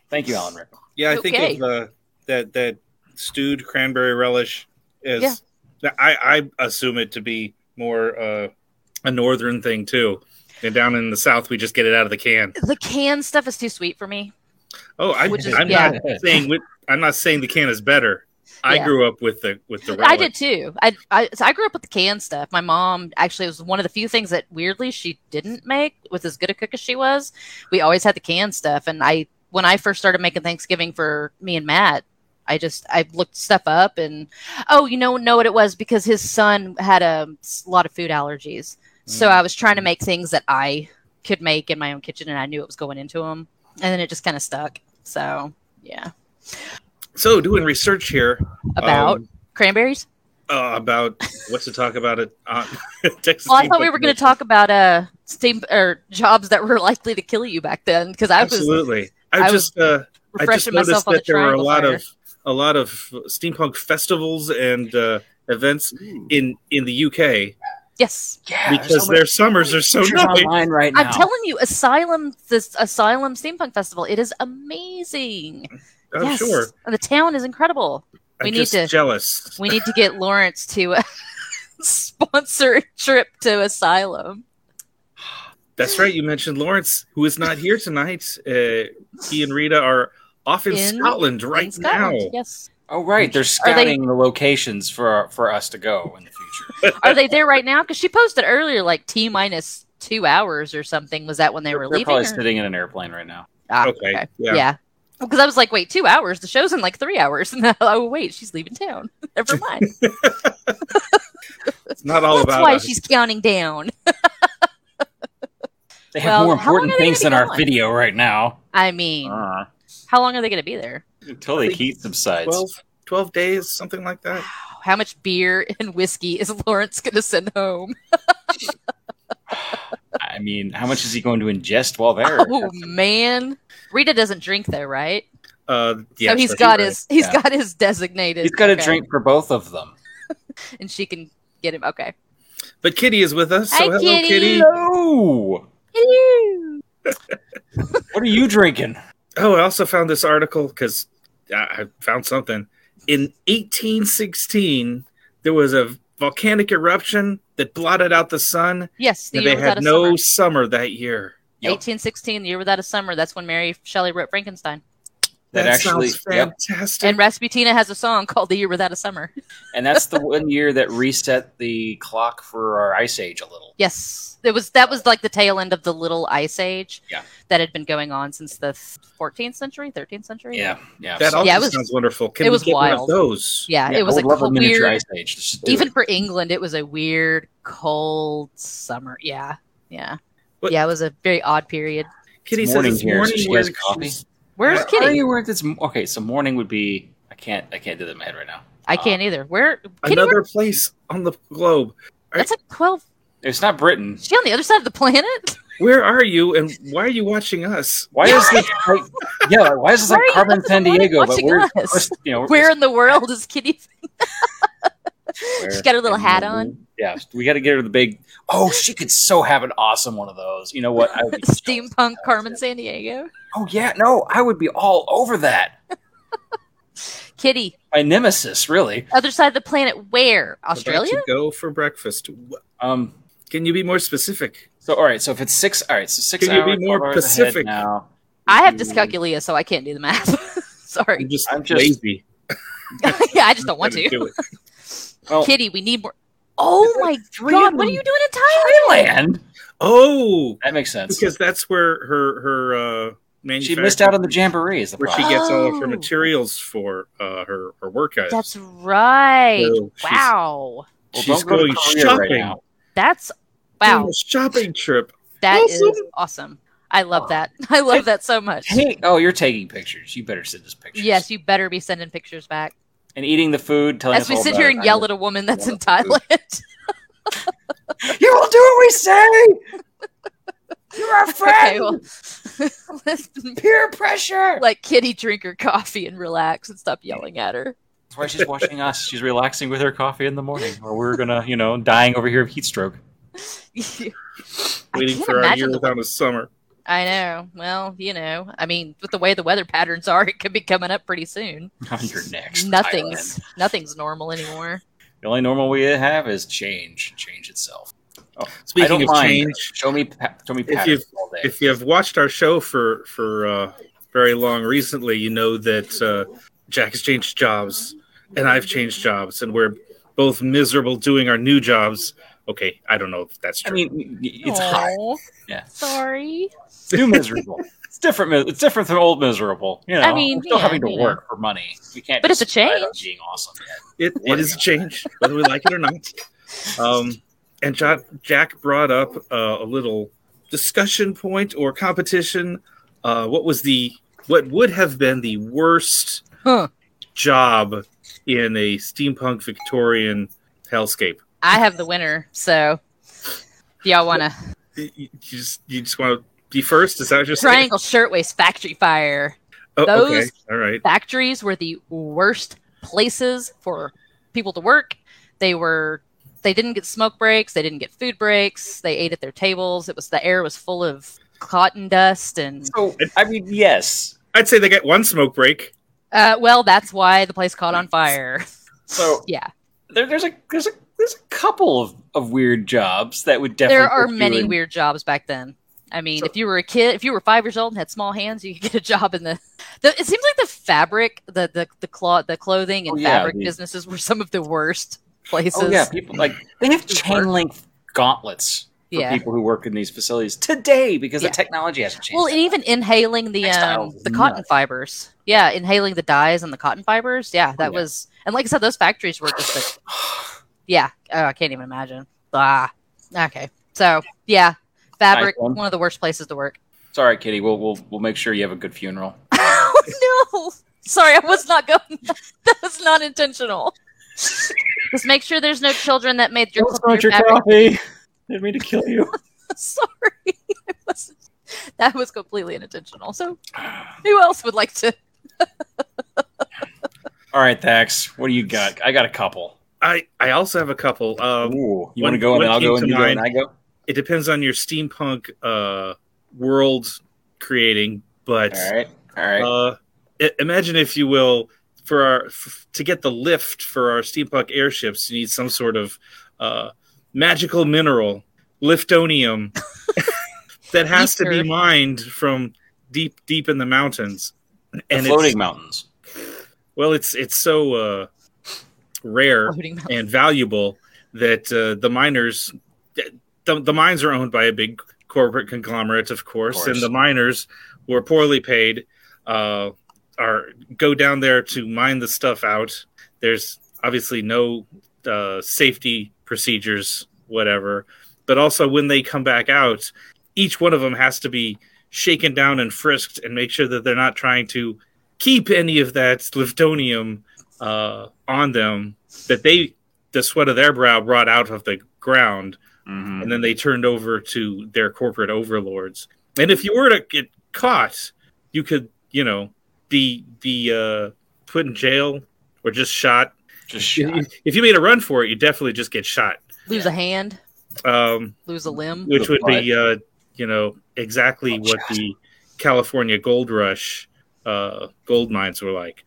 [SPEAKER 4] Thank you, Alan Rickman.
[SPEAKER 3] Yeah, I
[SPEAKER 5] Okay.
[SPEAKER 3] think of uh, that that stewed cranberry relish is.
[SPEAKER 5] Yeah.
[SPEAKER 3] that- I I assume it to be more uh, a northern thing too. And down in the south, we just get it out of the can.
[SPEAKER 5] the canned stuff is too sweet for me.
[SPEAKER 3] Oh, I,
[SPEAKER 5] Which is-
[SPEAKER 3] I'm
[SPEAKER 5] yeah.
[SPEAKER 3] not saying with, I'm not saying the can is better. I
[SPEAKER 5] Yeah.
[SPEAKER 3] grew up with the with the. Relish.
[SPEAKER 5] I did too. I I, so I grew up with the canned stuff. My mom actually was one of the few things that weirdly she didn't make with as good a cook as she was. We always had the canned stuff, and I when I first started making Thanksgiving for me and Matt, I just I looked stuff up and oh, you know know what it was because his son had a s- lot of food allergies, so
[SPEAKER 3] Mm.
[SPEAKER 5] I was trying to make things that I could make in my own kitchen, and I knew it was going into him, and then it just kind of stuck. So yeah,
[SPEAKER 3] So doing research here
[SPEAKER 5] about
[SPEAKER 3] um,
[SPEAKER 5] cranberries.
[SPEAKER 3] uh, about what's to talk about it. Uh, Texas
[SPEAKER 5] Well, I
[SPEAKER 3] Steampunk
[SPEAKER 5] thought we were going to
[SPEAKER 3] Convention.
[SPEAKER 5] talk about uh steam or jobs that were likely to kill you back then because I was
[SPEAKER 3] Absolutely. I,
[SPEAKER 5] I was
[SPEAKER 3] just uh, I just
[SPEAKER 5] refreshing
[SPEAKER 3] noticed
[SPEAKER 5] myself on the
[SPEAKER 3] that there were a
[SPEAKER 5] triangle
[SPEAKER 3] lot
[SPEAKER 5] fire.
[SPEAKER 3] of a lot of steampunk festivals and uh, events in in the UK
[SPEAKER 5] yes.
[SPEAKER 4] Yeah,
[SPEAKER 3] because their summers are so
[SPEAKER 4] pictures
[SPEAKER 3] nice.
[SPEAKER 4] online right now.
[SPEAKER 5] I'm telling you, Asylum, this Asylum Steampunk Festival, it is amazing.
[SPEAKER 3] I'm
[SPEAKER 5] yes.
[SPEAKER 3] Oh, sure.
[SPEAKER 5] And the town is incredible.
[SPEAKER 3] I'm
[SPEAKER 5] We need
[SPEAKER 3] just
[SPEAKER 5] to-
[SPEAKER 3] jealous.
[SPEAKER 5] We need to get Lawrence to uh, sponsor a trip to Asylum.
[SPEAKER 3] That's right. You mentioned Lawrence, who is not here tonight. Uh, he and Rita are off in,
[SPEAKER 5] In-
[SPEAKER 3] Scotland right
[SPEAKER 5] in Scotland.
[SPEAKER 3] now.
[SPEAKER 5] Yes.
[SPEAKER 4] oh right, they're
[SPEAKER 5] Are they-
[SPEAKER 4] scouting the locations for for us to go in the future.
[SPEAKER 5] Are they there right now? Because she posted earlier, like T minus two hours or something. Was that when they were
[SPEAKER 4] they're
[SPEAKER 5] leaving?
[SPEAKER 4] probably
[SPEAKER 5] or-
[SPEAKER 4] sitting in an airplane right now.
[SPEAKER 5] Ah,
[SPEAKER 3] Okay, yeah.
[SPEAKER 5] yeah. Because I was like, wait, two hours? The show's in like three hours. And then, oh, wait, she's leaving town. Never mind.
[SPEAKER 3] It's not all
[SPEAKER 5] That's
[SPEAKER 3] about
[SPEAKER 5] why
[SPEAKER 3] us.
[SPEAKER 5] she's counting down.
[SPEAKER 4] They
[SPEAKER 5] Well,
[SPEAKER 4] have more
[SPEAKER 5] how long
[SPEAKER 4] important
[SPEAKER 5] are they
[SPEAKER 4] things
[SPEAKER 5] gonna
[SPEAKER 4] than
[SPEAKER 5] be
[SPEAKER 4] our
[SPEAKER 5] going?
[SPEAKER 4] video right now.
[SPEAKER 5] I mean,
[SPEAKER 4] Uh,
[SPEAKER 5] how long are they going to be there?
[SPEAKER 4] until the heat subsides.
[SPEAKER 3] 12, 12 days, something like that.
[SPEAKER 5] How much beer and whiskey is Lawrence going to send home?
[SPEAKER 4] I mean, how much is he going to ingest while there?
[SPEAKER 5] Oh man, Rita doesn't drink though, right?
[SPEAKER 3] Uh, yeah,
[SPEAKER 5] so he's
[SPEAKER 3] so
[SPEAKER 5] got
[SPEAKER 3] he-
[SPEAKER 5] his he's
[SPEAKER 4] yeah.
[SPEAKER 5] got his designated.
[SPEAKER 4] He's got a
[SPEAKER 5] okay.
[SPEAKER 4] drink for both of them.
[SPEAKER 5] and she can get him. Okay,
[SPEAKER 3] But Kitty is with us. So
[SPEAKER 5] Hi,
[SPEAKER 3] hello,
[SPEAKER 5] Kitty.
[SPEAKER 3] Kitty.
[SPEAKER 4] No. What are you drinking?
[SPEAKER 3] Oh, I also found this article because I I found something. In 1816, there was a volcanic eruption that blotted out the sun,
[SPEAKER 5] yes, the
[SPEAKER 3] and
[SPEAKER 5] year
[SPEAKER 3] they
[SPEAKER 5] without
[SPEAKER 3] had
[SPEAKER 5] a
[SPEAKER 3] no
[SPEAKER 5] summer.
[SPEAKER 3] summer that year.
[SPEAKER 4] Yep.
[SPEAKER 5] 1816, the year without a summer. That's when Mary Shelley wrote Frankenstein,
[SPEAKER 4] That, actually,
[SPEAKER 3] sounds
[SPEAKER 4] yep.
[SPEAKER 3] fantastic.
[SPEAKER 5] and Rasputina has a song called "The Year Without a Summer."
[SPEAKER 4] and that's the one year that reset the clock for our ice age a little.
[SPEAKER 5] Yes, it was that was like the tail end of the Little Ice Age
[SPEAKER 4] Yeah.
[SPEAKER 5] that had been going on since the 14th century, 13th century.
[SPEAKER 4] Yeah, yeah.
[SPEAKER 3] that
[SPEAKER 4] So-
[SPEAKER 3] also
[SPEAKER 5] Yeah, it was-
[SPEAKER 3] sounds wonderful. Can
[SPEAKER 5] it
[SPEAKER 3] we
[SPEAKER 5] was
[SPEAKER 3] get one of
[SPEAKER 5] wild.
[SPEAKER 3] those?
[SPEAKER 5] Yeah,
[SPEAKER 4] yeah,
[SPEAKER 5] it was
[SPEAKER 4] I
[SPEAKER 5] a
[SPEAKER 4] would love a miniature
[SPEAKER 5] weird
[SPEAKER 4] ice age. Just do
[SPEAKER 5] even
[SPEAKER 4] it.
[SPEAKER 5] for England, it was a weird, cold summer. Yeah, yeah,
[SPEAKER 3] What-
[SPEAKER 5] yeah. It was a very odd period.
[SPEAKER 3] Kitty says
[SPEAKER 4] morning
[SPEAKER 3] it's
[SPEAKER 4] here, so
[SPEAKER 3] morning
[SPEAKER 4] she
[SPEAKER 3] where
[SPEAKER 4] has coffee.
[SPEAKER 3] she's-
[SPEAKER 5] Where's
[SPEAKER 4] Where
[SPEAKER 5] Kitty?
[SPEAKER 4] Are you where it's okay? So morning would be. I can't. I can't do that in my head right now.
[SPEAKER 5] I can't either. Where Kitty?
[SPEAKER 3] another
[SPEAKER 5] Where,
[SPEAKER 3] place on the globe.
[SPEAKER 5] that's like twelve.
[SPEAKER 4] It's not Britain.
[SPEAKER 5] Is she on the other side of the planet?
[SPEAKER 3] Where are you, and why are you watching us?
[SPEAKER 4] Why is this like? Yeah, why is this
[SPEAKER 5] Where
[SPEAKER 4] like
[SPEAKER 5] are you
[SPEAKER 4] Carmen
[SPEAKER 5] looking
[SPEAKER 4] San
[SPEAKER 5] for?
[SPEAKER 4] Diego? But
[SPEAKER 5] Watching
[SPEAKER 4] we're
[SPEAKER 5] us.
[SPEAKER 4] just, you know
[SPEAKER 5] Where in the world is Kitty?
[SPEAKER 4] where-
[SPEAKER 5] She's got her little hat on.
[SPEAKER 4] Yeah, we got to get her the big. Oh, she could so have an awesome one of those. You know what? I would be jealous.
[SPEAKER 5] Steampunk Carmen San Diego.
[SPEAKER 4] Oh yeah, no, I would be all over that.
[SPEAKER 5] Kitty,
[SPEAKER 4] My nemesis, really.
[SPEAKER 5] other side of the planet.
[SPEAKER 3] Where
[SPEAKER 5] Where?
[SPEAKER 3] don't
[SPEAKER 5] Australia?
[SPEAKER 3] you go for breakfast. Wh-
[SPEAKER 4] Um.
[SPEAKER 3] Can you be more specific?
[SPEAKER 4] So all right. So if it's six, all right. So six.
[SPEAKER 3] Can you be
[SPEAKER 4] hours,
[SPEAKER 3] more
[SPEAKER 4] 12 hours ahead
[SPEAKER 3] Pacific?
[SPEAKER 4] now?
[SPEAKER 5] I have
[SPEAKER 4] Mm,
[SPEAKER 5] dyscalculia, so I can't do the math.
[SPEAKER 3] I'm
[SPEAKER 5] Sorry.
[SPEAKER 3] just,
[SPEAKER 4] I'm just-
[SPEAKER 3] lazy.
[SPEAKER 5] yeah, I just don't want to.
[SPEAKER 3] Do it.
[SPEAKER 4] Well,
[SPEAKER 5] Kitty, we need more. Oh my god, what are you doing in Thailand?
[SPEAKER 4] Thailand.
[SPEAKER 3] Oh,
[SPEAKER 4] That makes sense.
[SPEAKER 3] because that's where her her uh,
[SPEAKER 4] She
[SPEAKER 3] manufacturing
[SPEAKER 4] missed out on the jamboree. Is the
[SPEAKER 3] where she
[SPEAKER 4] problem?
[SPEAKER 3] gets all of her
[SPEAKER 5] Oh.
[SPEAKER 3] materials for uh, her her work items.
[SPEAKER 5] That's right.
[SPEAKER 3] So she's-
[SPEAKER 5] wow.
[SPEAKER 4] Well,
[SPEAKER 3] she's
[SPEAKER 4] don't go to
[SPEAKER 3] going
[SPEAKER 4] Korea right
[SPEAKER 3] shopping.
[SPEAKER 4] now.
[SPEAKER 5] That's
[SPEAKER 3] Doing
[SPEAKER 5] wow.
[SPEAKER 3] a shopping trip.
[SPEAKER 5] That is
[SPEAKER 3] Awesome.
[SPEAKER 5] awesome. I love that. I love that so much.
[SPEAKER 4] Hey, oh, you're taking pictures. You better send us pictures.
[SPEAKER 5] Yes, you better be sending pictures back.
[SPEAKER 4] And eating the food, telling
[SPEAKER 5] As
[SPEAKER 4] us
[SPEAKER 5] we
[SPEAKER 4] all
[SPEAKER 5] sit
[SPEAKER 4] about
[SPEAKER 5] here
[SPEAKER 4] it.
[SPEAKER 5] and yell at a woman that's in Thailand.
[SPEAKER 4] You will do what we say. You're our friend.
[SPEAKER 5] okay, well, let's-
[SPEAKER 4] Peer pressure.
[SPEAKER 5] like Kitty, drink her coffee and relax and stop yelling at her.
[SPEAKER 4] That's why she's watching us. She's relaxing with her coffee in the morning, or we're gonna, you know, dying over here of heat stroke.
[SPEAKER 5] I
[SPEAKER 3] Waiting
[SPEAKER 5] can't
[SPEAKER 3] for our year
[SPEAKER 5] imagine the
[SPEAKER 3] without a summer.
[SPEAKER 5] I know. Well, you know, I mean, with the way the weather patterns are, it could be coming up pretty soon.
[SPEAKER 4] You're next. Thailand.
[SPEAKER 5] Nothing's nothing's normal anymore.
[SPEAKER 4] The only normal we have is change, change itself. I
[SPEAKER 3] Speaking
[SPEAKER 4] don't
[SPEAKER 3] of
[SPEAKER 4] mind.
[SPEAKER 3] change,
[SPEAKER 4] Show me, pa- show me
[SPEAKER 3] you-
[SPEAKER 4] patterns all day.
[SPEAKER 3] if you have watched our show for for uh, very long recently, you know that uh, Jack has changed jobs and I've changed jobs, and we're both miserable doing our new jobs. Okay, I don't know if that's
[SPEAKER 4] I
[SPEAKER 3] true.
[SPEAKER 4] mean, it's hot.
[SPEAKER 5] Aw,
[SPEAKER 4] Yeah.
[SPEAKER 5] Sorry.
[SPEAKER 4] It's new miserable. It's different. mi- It's different from old miserable. You know,
[SPEAKER 5] I mean,
[SPEAKER 4] we're still
[SPEAKER 5] yeah,
[SPEAKER 4] having to
[SPEAKER 5] you know.
[SPEAKER 4] work for money. We can't.
[SPEAKER 5] But
[SPEAKER 4] just
[SPEAKER 5] it's a
[SPEAKER 4] rely on
[SPEAKER 5] change.
[SPEAKER 4] Being awesome. Yeah.
[SPEAKER 3] it, it is a change, whether we like it or not. Um, and jo- Jack brought up uh, a little discussion point or competition. Uh, what was the what would have been the worst
[SPEAKER 5] Huh.
[SPEAKER 3] job in a steampunk Victorian hellscape?
[SPEAKER 5] I have the winner, so if y'all want to
[SPEAKER 3] You you just you just want to be first? Is that what you're saying?
[SPEAKER 5] triangle shirtwaist factory fire.
[SPEAKER 3] Oh, okay,
[SPEAKER 5] those-
[SPEAKER 3] all right.
[SPEAKER 5] Factories were the worst places for people to work. They were they didn't get smoke breaks, they didn't get food breaks, they ate at their tables. It was the air was full of cotton dust and
[SPEAKER 4] So I mean, yes.
[SPEAKER 3] I'd say they get one smoke break.
[SPEAKER 5] uh, well, that's why the place caught on fire.
[SPEAKER 4] So
[SPEAKER 5] Yeah.
[SPEAKER 4] there, there's a there's a there's a couple of, of weird jobs that would definitely.
[SPEAKER 5] There are
[SPEAKER 4] put you
[SPEAKER 5] many
[SPEAKER 4] in-
[SPEAKER 5] weird jobs back then. I mean,
[SPEAKER 4] So-
[SPEAKER 5] if you were a kid, if you were five years old and had small hands, you could get a job in the. the it seems like the fabric, the the the cloth, the clothing
[SPEAKER 4] Oh,
[SPEAKER 5] and
[SPEAKER 4] yeah,
[SPEAKER 5] fabric
[SPEAKER 4] the-
[SPEAKER 5] businesses were some of the worst places.
[SPEAKER 4] Oh yeah, people like they have chain link gauntlets. for
[SPEAKER 5] Yeah.
[SPEAKER 4] people who work in these facilities today because
[SPEAKER 5] Yeah.
[SPEAKER 4] the technology hasn't changed.
[SPEAKER 5] Well, and even inhaling the um,
[SPEAKER 4] Textiles,
[SPEAKER 5] the
[SPEAKER 4] yeah.
[SPEAKER 5] cotton fibers. Yeah, inhaling the dyes and the cotton fibers. Yeah, that
[SPEAKER 4] Oh, Yeah.
[SPEAKER 5] was. And like I said, those factories were just. Like, yeah, oh, I can't even imagine. Ah, okay. So yeah, fabric.
[SPEAKER 4] Nice one.
[SPEAKER 5] one. of the worst places to work.
[SPEAKER 4] Sorry, Kitty. We'll, we'll we'll make sure you have a good funeral.
[SPEAKER 5] oh no! Sorry, I was not going. That was not intentional. just make sure there's no children that made your, your fabric.
[SPEAKER 4] coffee. Didn't mean to kill you.
[SPEAKER 5] Sorry, I wasn't. That was completely unintentional. So, who else would like to?
[SPEAKER 4] All right, Thax. What do you got? I got a couple.
[SPEAKER 3] I I also have a couple. Um,
[SPEAKER 4] Ooh, you
[SPEAKER 3] one-
[SPEAKER 4] want to go and
[SPEAKER 3] one
[SPEAKER 4] then I'll
[SPEAKER 3] came
[SPEAKER 4] go and
[SPEAKER 3] to
[SPEAKER 4] you go and I
[SPEAKER 3] mind.
[SPEAKER 4] go.
[SPEAKER 3] it depends on your steampunk uh, world creating, but
[SPEAKER 4] All right, all right.
[SPEAKER 3] uh, i- imagine if you will for our f- to get the lift for our steampunk airships, you need some sort of uh, magical mineral, liftonium, that has to be
[SPEAKER 5] Ether.
[SPEAKER 3] mined from deep deep in the mountains.
[SPEAKER 4] the
[SPEAKER 3] And
[SPEAKER 4] floating
[SPEAKER 3] it's,
[SPEAKER 4] mountains.
[SPEAKER 3] well, it's it's so uh, rare
[SPEAKER 5] Floating mountain.
[SPEAKER 3] and valuable that uh, the miners the, the mines are owned by a big corporate conglomerate of course,
[SPEAKER 4] Of course.
[SPEAKER 3] and the miners who are poorly paid uh, are go down there to mine the stuff out there's obviously no uh, safety procedures whatever but also when they come back out each one of them has to be shaken down and frisked and make sure that they're not trying to keep any of that liftonium uh, on them that they the sweat of their brow brought out of the ground
[SPEAKER 4] Mhm.
[SPEAKER 3] and then they turned over to their corporate overlords and if you were to get caught you could you know be be uh, put in jail or just shot
[SPEAKER 4] Just shot.
[SPEAKER 3] if you made a run for it you definitely just get shot
[SPEAKER 5] Lose a hand,
[SPEAKER 3] um,
[SPEAKER 5] lose a limb.
[SPEAKER 3] which would be uh, you know exactly what the California gold rush uh, gold mines were like.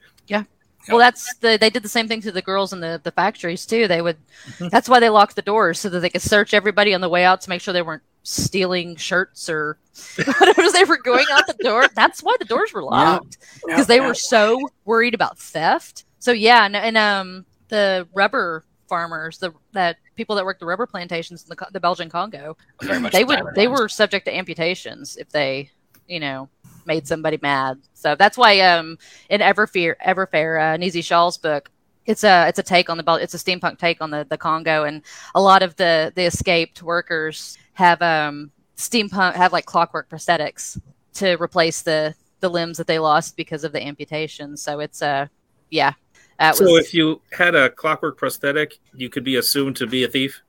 [SPEAKER 5] Well, that's the they did the same thing to the girls in the, the factories too. They would that's why they locked the doors so that they could search everybody on the way out to make sure they weren't stealing shirts or whatever they were going out the door. That's why the doors were locked because they were so worried about theft. So yeah, and, and um the rubber farmers, the that people that worked the rubber plantations in the, Co- the Belgian Congo,
[SPEAKER 4] Very much
[SPEAKER 5] they would
[SPEAKER 4] that
[SPEAKER 5] they
[SPEAKER 4] reminds
[SPEAKER 5] were subject to amputations if they you know made somebody mad so that's why um in everfair everfair uh, Nisi shaw's book it's a it's a take on the Bel- it's a steampunk take on the the congo and a lot of the the escaped workers have um steampunk have like clockwork prosthetics to replace the the limbs that they lost because of the amputation so it's uh yeah that
[SPEAKER 3] So
[SPEAKER 5] was
[SPEAKER 3] if you had a clockwork prosthetic, you could be assumed to be a thief.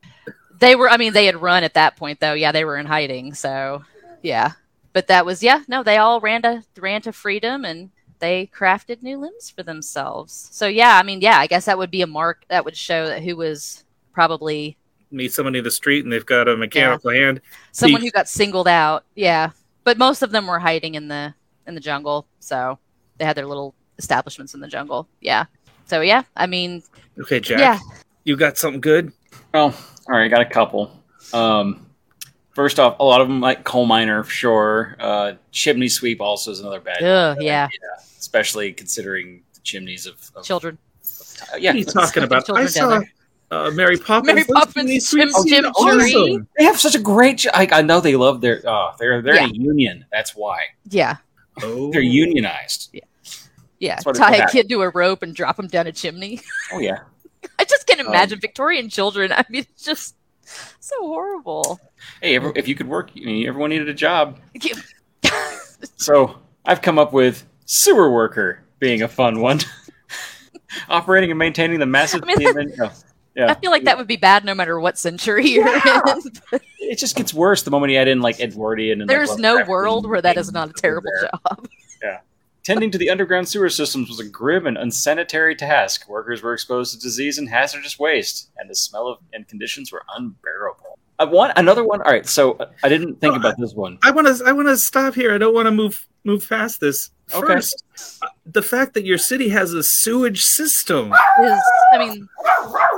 [SPEAKER 5] They were, I mean, they had run at that point though. Yeah, they were in hiding. So, yeah. But that was, yeah, no, they all ran to, ran to freedom and they crafted new limbs for themselves. So, yeah, I mean, yeah, I guess that would be a mark that would show that who was probably
[SPEAKER 3] Meet somebody in the street and they've got a mechanical hand.
[SPEAKER 5] someone
[SPEAKER 3] Thief.
[SPEAKER 5] who got singled out. Yeah. But most of them were hiding in the, in the jungle. So they had their little establishments in the jungle. Yeah. So, yeah, I mean,
[SPEAKER 3] Okay, Jack,
[SPEAKER 5] yeah.
[SPEAKER 3] you got something good.
[SPEAKER 4] Oh, all right. I got a couple. Um, first off, a lot of them like coal miner, sure. Uh, chimney sweep also is another bad,
[SPEAKER 5] Ugh, yeah.
[SPEAKER 4] especially considering the chimneys of, of
[SPEAKER 5] Children.
[SPEAKER 4] uh, yeah.
[SPEAKER 3] What are you talking about? I
[SPEAKER 5] Children down
[SPEAKER 3] saw uh, Mary Poppins.
[SPEAKER 5] Mary
[SPEAKER 3] Those
[SPEAKER 5] Poppins,
[SPEAKER 3] chimney sweeps seem
[SPEAKER 5] Jim- Jim Cherry.
[SPEAKER 4] They have such a great. j- I, I know they love their. Oh, they're they're in a union. That's why
[SPEAKER 5] Yeah.
[SPEAKER 3] Oh,
[SPEAKER 4] they're unionized.
[SPEAKER 5] Yeah.
[SPEAKER 4] That's what it-
[SPEAKER 5] Tie a
[SPEAKER 4] that-
[SPEAKER 5] kid to a rope and drop him down a chimney.
[SPEAKER 4] Oh yeah.
[SPEAKER 5] I just can't imagine Victorian children. I mean, it's just so horrible.
[SPEAKER 4] Hey, every, if you could work, I mean, everyone needed a job.
[SPEAKER 5] You-
[SPEAKER 4] So I've come up with sewer worker being a fun one. Operating and maintaining the massive.
[SPEAKER 5] I mean,
[SPEAKER 4] human- oh, yeah.
[SPEAKER 5] I feel like that would be bad no matter what century you're in.
[SPEAKER 4] it just gets worse the moment you add in like Edwardian and like,
[SPEAKER 5] There's no
[SPEAKER 4] Lovecraftian
[SPEAKER 5] world where that is
[SPEAKER 4] things
[SPEAKER 5] not a
[SPEAKER 4] in
[SPEAKER 5] terrible
[SPEAKER 4] there.
[SPEAKER 5] job.
[SPEAKER 4] Tending to the underground sewer systems was a grim and unsanitary task. Workers were exposed to disease and hazardous waste, and the smell of and conditions were unbearable. I want another one. All right, so uh, I didn't think about this one.
[SPEAKER 3] I want to. I want to stop here. I don't want to move move past this.
[SPEAKER 4] Okay.
[SPEAKER 3] First, uh, the fact that your city has a sewage system.
[SPEAKER 5] Is- I mean,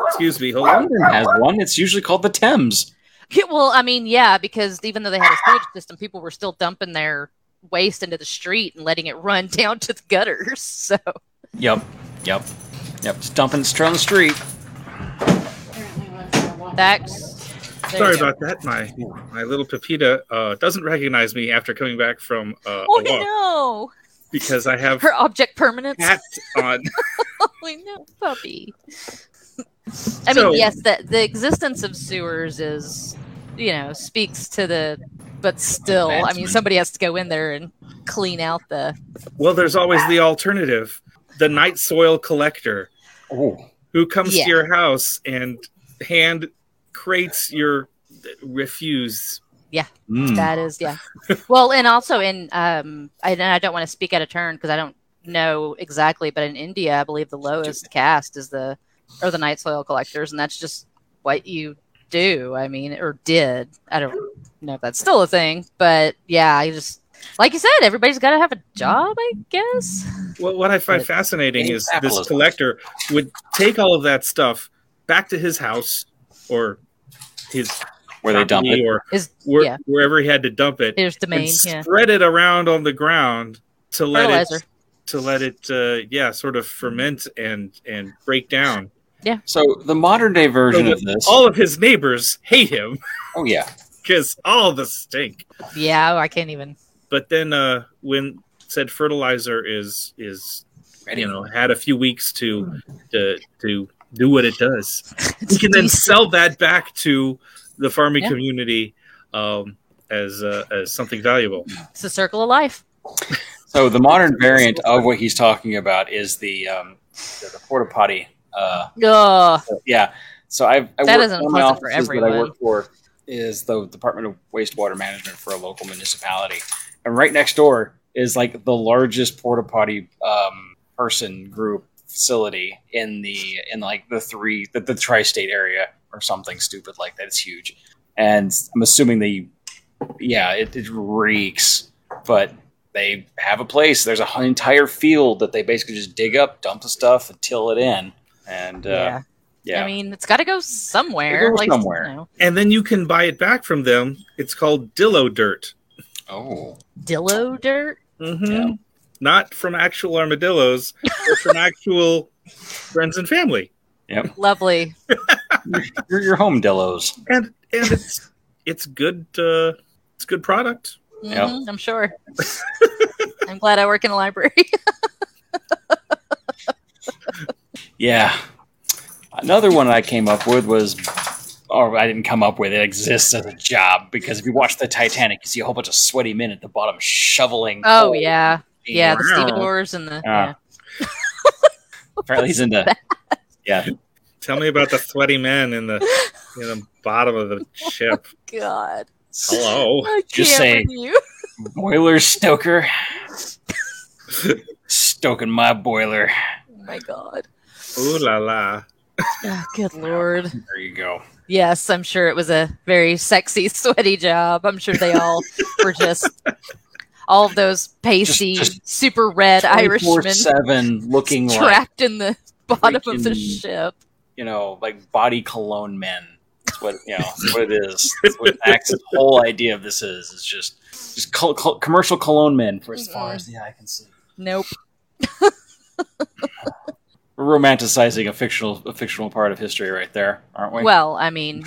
[SPEAKER 3] Excuse me. Hold on.
[SPEAKER 4] London has one. It's usually called the Thames.
[SPEAKER 5] yeah, well, I mean, yeah, because even though they had a sewage system, people were still dumping their waste into the street and letting it run down to the gutters. So
[SPEAKER 4] Yep, yep, yep. Just dumping it straight on the street.
[SPEAKER 5] that's There
[SPEAKER 3] Sorry
[SPEAKER 5] you go.
[SPEAKER 3] about that. My my little Pepita uh, doesn't recognize me after coming back from uh,
[SPEAKER 5] Oh
[SPEAKER 3] a walk
[SPEAKER 5] no!
[SPEAKER 3] because I have
[SPEAKER 5] Her object permanence.
[SPEAKER 3] hat on.
[SPEAKER 5] we know puppy. I mean,
[SPEAKER 3] So-
[SPEAKER 5] yes, the the existence of sewers is, you know, speaks to the, but still, I mean,
[SPEAKER 4] Advancement.
[SPEAKER 5] somebody has to go in there and clean out the.
[SPEAKER 3] Well, there's always the alternative: the night soil collector
[SPEAKER 4] Oh,
[SPEAKER 3] who comes
[SPEAKER 5] Yeah.
[SPEAKER 3] to your house and hand crates your refuse.
[SPEAKER 4] mm.
[SPEAKER 5] That is, yeah. well, and also in, um, I, and I don't want to speak out of turn because I don't know exactly, but in India, I believe the lowest caste is the, or the night soil collectors, and that's just what you do. I mean, or did. I don't know if that's still a thing, but yeah, I just. Like you said, everybody's got to have a job, I guess.
[SPEAKER 3] Well, what I find
[SPEAKER 5] Right.
[SPEAKER 3] fascinating is this
[SPEAKER 4] Capitalism.
[SPEAKER 3] collector would take all of that stuff back to his house or his
[SPEAKER 4] where they dump
[SPEAKER 3] property
[SPEAKER 4] it.
[SPEAKER 3] or
[SPEAKER 5] Is
[SPEAKER 3] where,
[SPEAKER 5] yeah,
[SPEAKER 3] wherever he had to dump it.
[SPEAKER 5] there's domain.
[SPEAKER 3] and
[SPEAKER 5] Yeah,
[SPEAKER 3] spread it around on the ground to let
[SPEAKER 5] fertilizer.
[SPEAKER 3] it to let it uh, yeah sort of ferment and and break down.
[SPEAKER 4] So the modern day version
[SPEAKER 3] So
[SPEAKER 4] of this.
[SPEAKER 3] All of his neighbors hate him
[SPEAKER 4] oh yeah.
[SPEAKER 3] because all the stink.
[SPEAKER 5] Yeah, I can't even.
[SPEAKER 3] But then uh, when said fertilizer is is
[SPEAKER 4] Ready.
[SPEAKER 3] you know had a few weeks to to to do what it does, we can then
[SPEAKER 5] Decent.
[SPEAKER 3] sell that back to the farming
[SPEAKER 5] Yeah.
[SPEAKER 3] community. Um, as, uh, as something valuable.
[SPEAKER 5] It's a circle of life.
[SPEAKER 4] So the modern variant of what he's talking about is the um, the, the porta potty. Uh,
[SPEAKER 5] Ugh.
[SPEAKER 4] yeah. So I've I
[SPEAKER 5] That
[SPEAKER 4] work-
[SPEAKER 5] isn't
[SPEAKER 4] one of the
[SPEAKER 5] pleasant for
[SPEAKER 4] offices That I
[SPEAKER 5] everyone.
[SPEAKER 4] work for is the Department of Wastewater Management for a local municipality, and right next door is like the largest porta potty um, person group facility in the in like the three the, the tri-state area or something stupid like that. It's huge, and I'm assuming they, yeah, it, it reeks, but. They have a place. There's an entire field that they basically just dig up, dump the stuff, and till it in. And uh, yeah.
[SPEAKER 5] yeah. I mean, it's got to go somewhere.
[SPEAKER 4] It goes
[SPEAKER 5] like,
[SPEAKER 4] somewhere.
[SPEAKER 5] You know,
[SPEAKER 3] And then you can buy it back from them. It's called Dillo Dirt.
[SPEAKER 4] Oh,
[SPEAKER 5] Dillo dirt.
[SPEAKER 3] Mm-hmm.
[SPEAKER 4] Yeah.
[SPEAKER 3] Not from actual armadillos, but from actual friends and family.
[SPEAKER 5] Lovely.
[SPEAKER 4] you're, you're home dillos.
[SPEAKER 3] And and it's it's good uh, it's good product.
[SPEAKER 5] Mhm,
[SPEAKER 4] Yep.
[SPEAKER 5] I'm sure. I'm glad I work in a library.
[SPEAKER 4] Yeah. Another one I came up with was, or I didn't come up with. It exists as a job because if you watch the Titanic, you see a whole bunch of sweaty men at the bottom shoveling.
[SPEAKER 5] oh
[SPEAKER 4] coal.
[SPEAKER 5] yeah, yeah. The
[SPEAKER 3] Wow.
[SPEAKER 5] stevedores and the
[SPEAKER 4] Yeah. Apparently he's into. Yeah,
[SPEAKER 3] Tell me about the sweaty men in the in the bottom of the ship.
[SPEAKER 5] yeah. God.
[SPEAKER 3] Hello.
[SPEAKER 5] I can't
[SPEAKER 4] Just saying.
[SPEAKER 5] with you.
[SPEAKER 4] boiler stoker, stoking my boiler.
[SPEAKER 5] Oh my God.
[SPEAKER 3] Ooh la la.
[SPEAKER 5] Oh, good lord.
[SPEAKER 4] There you go.
[SPEAKER 5] Yes, I'm sure it was a very sexy, sweaty job. I'm sure they all were just all of those pasty,
[SPEAKER 4] just
[SPEAKER 5] super red Irishmen
[SPEAKER 4] seven, looking like
[SPEAKER 5] trapped in the bottom of the
[SPEAKER 4] freaking-
[SPEAKER 5] ship.
[SPEAKER 4] you know, like body cologne men. That's what you know. That's what it is. That's what Max's whole idea of this is. Is just just col- col- commercial cologne men for as far
[SPEAKER 5] Mhm.
[SPEAKER 4] as the eye can see.
[SPEAKER 5] Nope.
[SPEAKER 4] We're romanticizing a fictional a fictional part of history, right there, aren't we?
[SPEAKER 5] Well, I mean,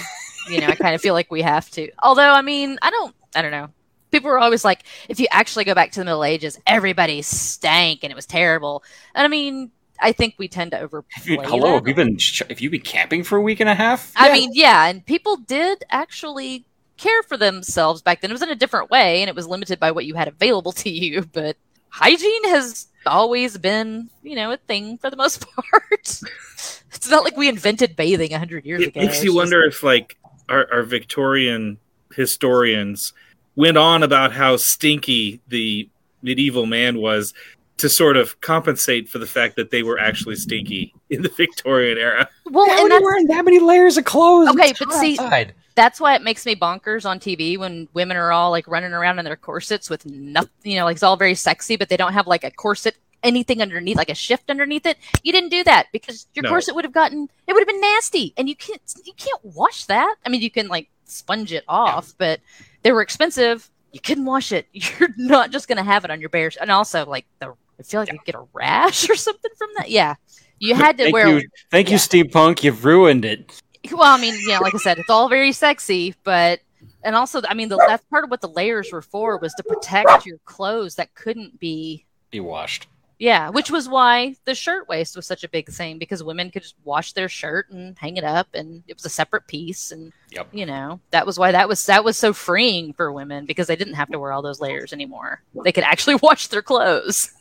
[SPEAKER 5] you know, I kind of feel like we have to. Although, I mean, I don't, I don't know. People were always like, if you actually go back to the Middle Ages, everybody stank and it was terrible. And I mean, I think we tend to overplay.
[SPEAKER 4] If you-
[SPEAKER 5] that.
[SPEAKER 4] hello, have you been ch- have you been camping for a week and a half?
[SPEAKER 5] I mean, yeah, and people did actually care for themselves back then. It was in a different way, and it was limited by what you had available to you. But hygiene has always been, you know, a thing for the most part. it's not like we invented bathing a hundred years
[SPEAKER 3] It
[SPEAKER 5] ago.
[SPEAKER 3] makes
[SPEAKER 5] It's
[SPEAKER 3] you
[SPEAKER 5] just-
[SPEAKER 3] wonder if like our, our Victorian historians went on about how stinky the medieval man was to sort of compensate for the fact that they were actually stinky in the Victorian era.
[SPEAKER 5] Well,
[SPEAKER 4] How
[SPEAKER 5] and
[SPEAKER 4] are you
[SPEAKER 5] that's
[SPEAKER 4] wearing that many layers of clothes?
[SPEAKER 5] Okay,
[SPEAKER 4] It's
[SPEAKER 5] but
[SPEAKER 4] hot
[SPEAKER 5] see-
[SPEAKER 4] outside.
[SPEAKER 5] that's why it makes me bonkers on TV when women are all like running around in their corsets with nothing, you know, like it's all very sexy, but they don't have like a corset, anything underneath, like a shift underneath it. You didn't do that because your
[SPEAKER 3] No.
[SPEAKER 5] corset would have gotten, it would have been nasty, and you can't, you can't wash that. I mean, you can like sponge it off, but they were expensive. You couldn't wash it. You're not just gonna have it on your bare. sh- And also, like the, I feel like you get a rash or something from that. Yeah, you had to
[SPEAKER 4] thank
[SPEAKER 5] wear.
[SPEAKER 4] you, thank you,
[SPEAKER 5] yeah.
[SPEAKER 4] Steve Punk. You've ruined it.
[SPEAKER 5] Well, I mean, yeah, like I said, it's all very sexy, but and also, I mean, the, that's part of what the layers were for was to protect your clothes that couldn't be.
[SPEAKER 4] Be washed.
[SPEAKER 5] Yeah, which was why the shirt waist was such a big thing because women could just wash their shirt and hang it up, and it was a separate piece, and
[SPEAKER 4] Yep.
[SPEAKER 5] you know that was why that was that was so freeing for women because they didn't have to wear all those layers anymore. They could actually wash their clothes.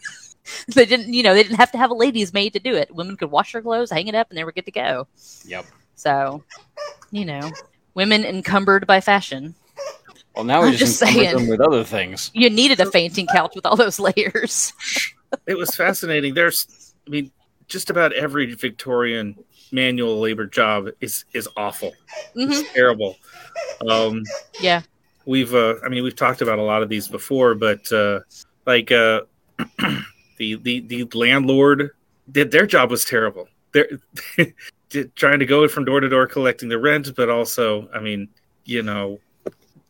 [SPEAKER 5] they didn't, you know, they didn't have to have a ladies' maid to do it. Women could wash their clothes, hang it up, and they were good to go.
[SPEAKER 4] Yep.
[SPEAKER 5] So, you know, women encumbered by fashion.
[SPEAKER 4] Well, now
[SPEAKER 5] I'm
[SPEAKER 4] we just,
[SPEAKER 5] just
[SPEAKER 4] encumber
[SPEAKER 5] saying.
[SPEAKER 4] them with other things.
[SPEAKER 5] You needed a fainting couch with all those layers.
[SPEAKER 3] It was fascinating. There's, I mean, just about every Victorian manual labor job is is awful.
[SPEAKER 5] hmm
[SPEAKER 3] It's terrible. Um,
[SPEAKER 5] Yeah.
[SPEAKER 3] we've, uh, I mean, we've talked about a lot of these before, but uh, like uh, the the the landlord did their job was terrible. They're did- trying to go from door to door collecting the rent, but also, I mean, you know,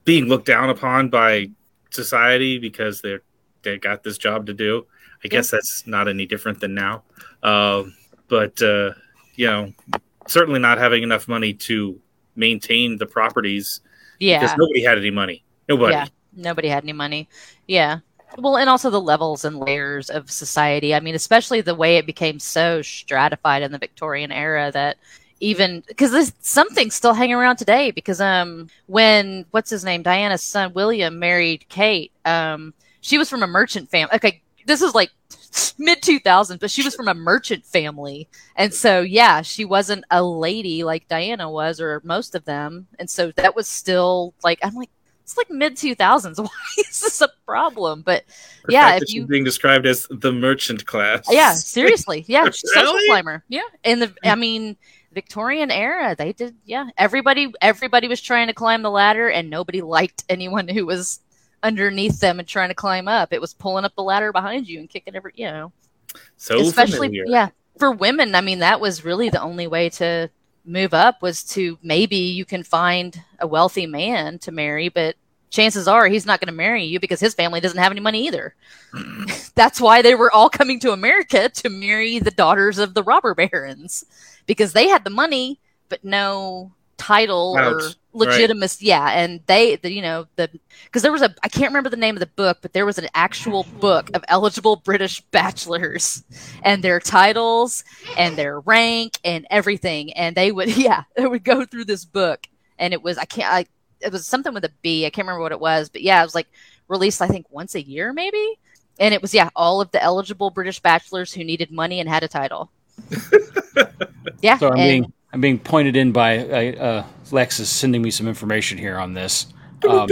[SPEAKER 3] being looked down upon by society because they're they got this job to do. I guess that's not any different than now. Um, but uh, you know, certainly not having enough money to maintain the properties
[SPEAKER 5] Yeah.
[SPEAKER 3] because nobody had any money. Nobody.
[SPEAKER 5] Yeah. Nobody had any money. Yeah. Well, and also the levels and layers of society. I mean, especially the way it became so stratified in the Victorian era that even because there's something still hanging around today because um when what's his name Diana's son William married Kate um she was from a merchant family okay this is like mid 2000s but she was from a merchant family and so yeah she wasn't a lady like Diana was or most of them and so that was still like I'm like it's like mid 2000s why is this a problem but
[SPEAKER 3] The
[SPEAKER 5] Yeah,
[SPEAKER 3] fact
[SPEAKER 5] if
[SPEAKER 3] that she's
[SPEAKER 5] you-
[SPEAKER 3] being described as the merchant class.
[SPEAKER 5] yeah, seriously. Yeah, she's a social
[SPEAKER 3] Really? Hmm.
[SPEAKER 5] climber. Yeah. In the I mean, Victorian era, they did yeah. Everybody everybody was trying to climb the ladder and nobody liked anyone who was underneath them and trying to climb up. It was pulling up the ladder behind you and kicking every, you know.
[SPEAKER 3] so
[SPEAKER 5] especially
[SPEAKER 3] familiar.
[SPEAKER 5] yeah, for women, I mean, that was really the only way to move up was to maybe you can find a wealthy man to marry, but chances are he's not going to marry you because his family doesn't have any money either that's why they were all coming to America to marry the daughters of the robber barons because they had the money but no title
[SPEAKER 3] Ouch.
[SPEAKER 5] or legitimacy. Yeah, and they, the, you know, the because there was a I can't remember the name of the book, but there was an actual book of eligible British bachelors and their titles and their rank and everything, and they would yeah they would go through this book and it was I can't I it was something with a B I can't remember what it was, but yeah, it was like released I think once a year maybe and it was yeah all of the eligible british bachelors who needed money and had a title yeah
[SPEAKER 4] So I'm
[SPEAKER 5] and-
[SPEAKER 4] being I'm being pointed in by uh, uh, Lex is sending me some information here on this. Um,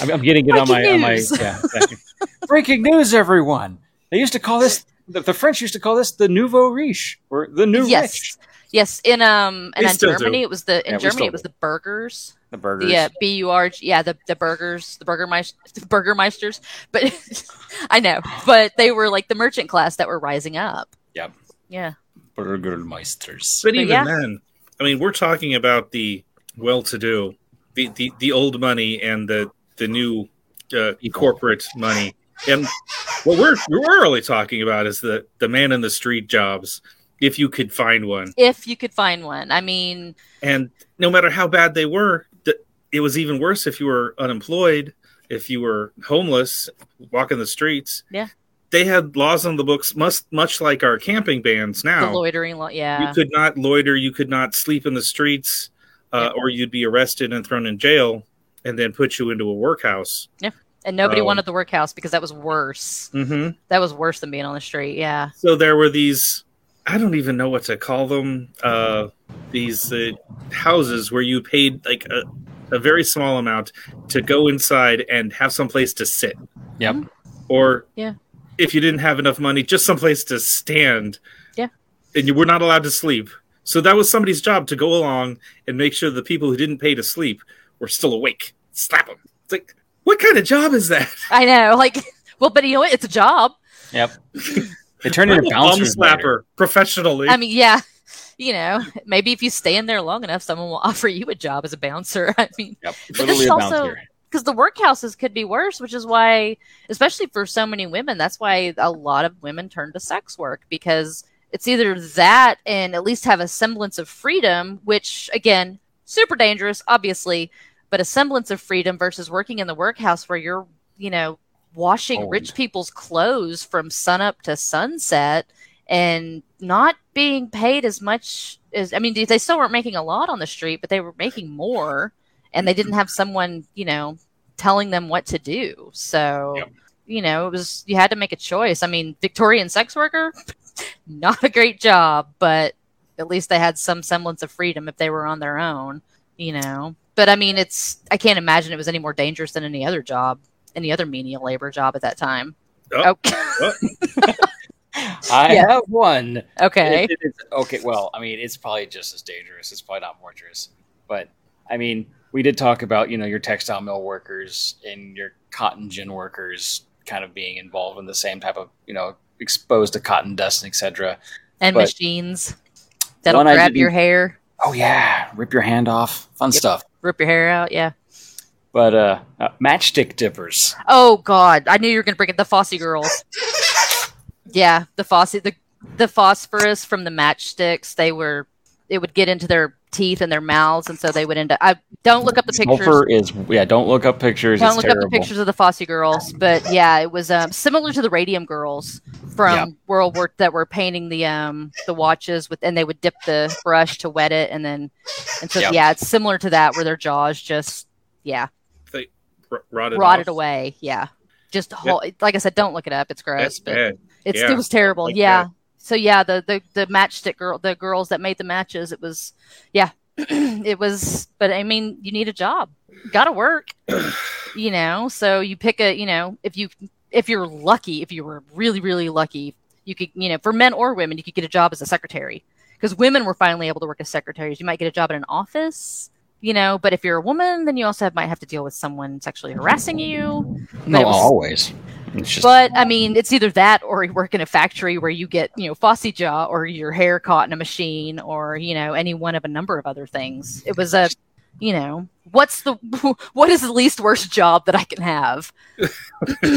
[SPEAKER 4] I'm, I'm getting it on my,
[SPEAKER 5] Breaking
[SPEAKER 4] on my
[SPEAKER 5] news.
[SPEAKER 4] yeah, thank you. breaking news. Everyone, they used to call this the, the French used to call this the nouveau riche or the new
[SPEAKER 5] yes
[SPEAKER 4] rich.
[SPEAKER 5] yes in um
[SPEAKER 3] They
[SPEAKER 5] and in
[SPEAKER 3] still do.
[SPEAKER 5] germany it was the in
[SPEAKER 4] Yeah, we
[SPEAKER 5] germany
[SPEAKER 4] still
[SPEAKER 5] it was
[SPEAKER 4] do.
[SPEAKER 5] the burgers
[SPEAKER 4] The burgers.
[SPEAKER 5] yeah b-u-r yeah the, the burgers the burgermeist the burgermeisters but i know but they were like the merchant class that were rising up
[SPEAKER 4] Yep.
[SPEAKER 5] yeah
[SPEAKER 4] Burgermeisters.
[SPEAKER 3] But even
[SPEAKER 5] yeah.
[SPEAKER 3] then, I mean, we're talking about the well-to-do, the the, the old money and the the new uh, corporate money, and what we're we're really talking about is the the man in the street jobs, if you could find one,
[SPEAKER 5] if you could find one i mean
[SPEAKER 3] and no matter how bad they were, th- it was even worse if you were unemployed, if you were homeless, walking the streets.
[SPEAKER 5] Yeah.
[SPEAKER 3] They had laws on the books, must much like our camping bans now.
[SPEAKER 5] the loitering lo- yeah
[SPEAKER 3] you could not loiter you could not sleep in the streets uh, or you'd be arrested and thrown in jail and then put you into a workhouse
[SPEAKER 5] and nobody
[SPEAKER 3] um,
[SPEAKER 5] wanted the workhouse because that was worse
[SPEAKER 3] mm-hmm.
[SPEAKER 5] that was worse than being on the street yeah
[SPEAKER 3] so there were these i don't even know what to call them uh, these uh, houses where you paid like a, a very small amount to go inside and have someplace to sit Mm-hmm.
[SPEAKER 4] Yep.
[SPEAKER 3] or
[SPEAKER 5] Yeah.
[SPEAKER 3] if you didn't have enough money just someplace to stand
[SPEAKER 5] Yeah.
[SPEAKER 3] and you were not allowed to sleep so that was somebody's job to go along and make sure the people who didn't pay to sleep were still awake slap them it's like what kind of job is that
[SPEAKER 5] I know, like, well, but you know, what? it's a job.
[SPEAKER 4] Yep. They turned
[SPEAKER 3] I'm
[SPEAKER 4] into
[SPEAKER 3] a bum
[SPEAKER 4] bouncers. later.
[SPEAKER 3] slapper professionally
[SPEAKER 5] I mean, yeah, you know, maybe if you stay in there long enough, someone will offer you a job as a bouncer. I mean,
[SPEAKER 4] Yep.
[SPEAKER 5] this
[SPEAKER 4] Literally
[SPEAKER 5] is
[SPEAKER 4] a
[SPEAKER 5] also-
[SPEAKER 4] bouncer.
[SPEAKER 5] because the workhouses could be worse, which is why, especially for so many women, that's why a lot of women turn to sex work because It's either that and at least have a semblance of freedom, which again, super dangerous, obviously, but a semblance of freedom versus working in the workhouse where you're, you know, washing
[SPEAKER 4] Owned.
[SPEAKER 5] rich people's clothes from sunup to sunset and not being paid as much as I mean, they still weren't making a lot on the street, but they were making more and they
[SPEAKER 4] Mm-hmm.
[SPEAKER 5] didn't have someone, you know, telling them what to do. So,
[SPEAKER 4] Yep.
[SPEAKER 5] you know, it was you had to make a choice. I mean, Victorian sex worker, not a great job, but at least they had some semblance of freedom if they were on their own, you know. But I mean, it's I can't imagine it was any more dangerous than any other job, any other menial labor job at that time.
[SPEAKER 3] Oh.
[SPEAKER 5] Okay.
[SPEAKER 4] I
[SPEAKER 5] Yeah.
[SPEAKER 4] have one.
[SPEAKER 5] okay.
[SPEAKER 4] It- it is- okay, well, I mean, it's probably just as dangerous. It's probably not more dangerous. But I mean, we did talk about, you know, your textile mill workers and your cotton gin workers kind of being involved in the same type of, you know, exposed to cotton dust and etc.
[SPEAKER 5] And
[SPEAKER 4] but-
[SPEAKER 5] machines that'll
[SPEAKER 4] One I
[SPEAKER 5] grab
[SPEAKER 4] didn't-
[SPEAKER 5] your hair,
[SPEAKER 4] Oh yeah, rip your hand off. Fun stuff.
[SPEAKER 5] rip your hair out, yeah.
[SPEAKER 4] But uh, uh matchstick dippers.
[SPEAKER 5] Oh God, I knew you were gonna bring it. The Fosse girls. yeah, the Fosse, the the phosphorus from the matchsticks. They were. It would get into their teeth and their mouths, and so they would end up. I don't look up the pictures.
[SPEAKER 4] Sulfur is yeah, don't look up pictures.
[SPEAKER 5] Don't
[SPEAKER 4] it's
[SPEAKER 5] look
[SPEAKER 4] terrible.
[SPEAKER 5] up the pictures of the Fosse girls, but yeah, it was um, similar to the Radium girls from
[SPEAKER 4] Yeah.
[SPEAKER 5] World War that were painting the um the watches with, and they would dip the brush to wet it, and then and so
[SPEAKER 4] Yeah.
[SPEAKER 5] yeah, it's similar to that where their jaws just yeah
[SPEAKER 3] R- rotted,
[SPEAKER 5] rotted
[SPEAKER 3] off.
[SPEAKER 5] away. Yeah. Just whole, like I said, don't look it up. It's gross,
[SPEAKER 3] That's
[SPEAKER 5] but
[SPEAKER 3] bad.
[SPEAKER 5] it's
[SPEAKER 3] Yeah,
[SPEAKER 5] it was terrible.
[SPEAKER 3] like
[SPEAKER 5] yeah.
[SPEAKER 3] that.
[SPEAKER 5] So yeah, the, the the matchstick girl, the girls that made the matches, it was yeah, it was. But I mean, you need a job, gotta work, you know. So you pick a, you know, if you if you're lucky, if you were really really lucky, you could, you know, for men or women, you could get a job as a secretary because women were finally able to work as secretaries. You might get a job in an office. You know, but if you're a woman, then you also have, might have to deal with someone sexually harassing you.
[SPEAKER 4] No,
[SPEAKER 5] it was-
[SPEAKER 4] always. It's just
[SPEAKER 5] But I mean, it's either that or you work in a factory where you get, you know, Fosse jaw or your hair caught in a machine or, you know, any one of a number of other things. It was a, you know, what's the, what is the least worst job that I can have? you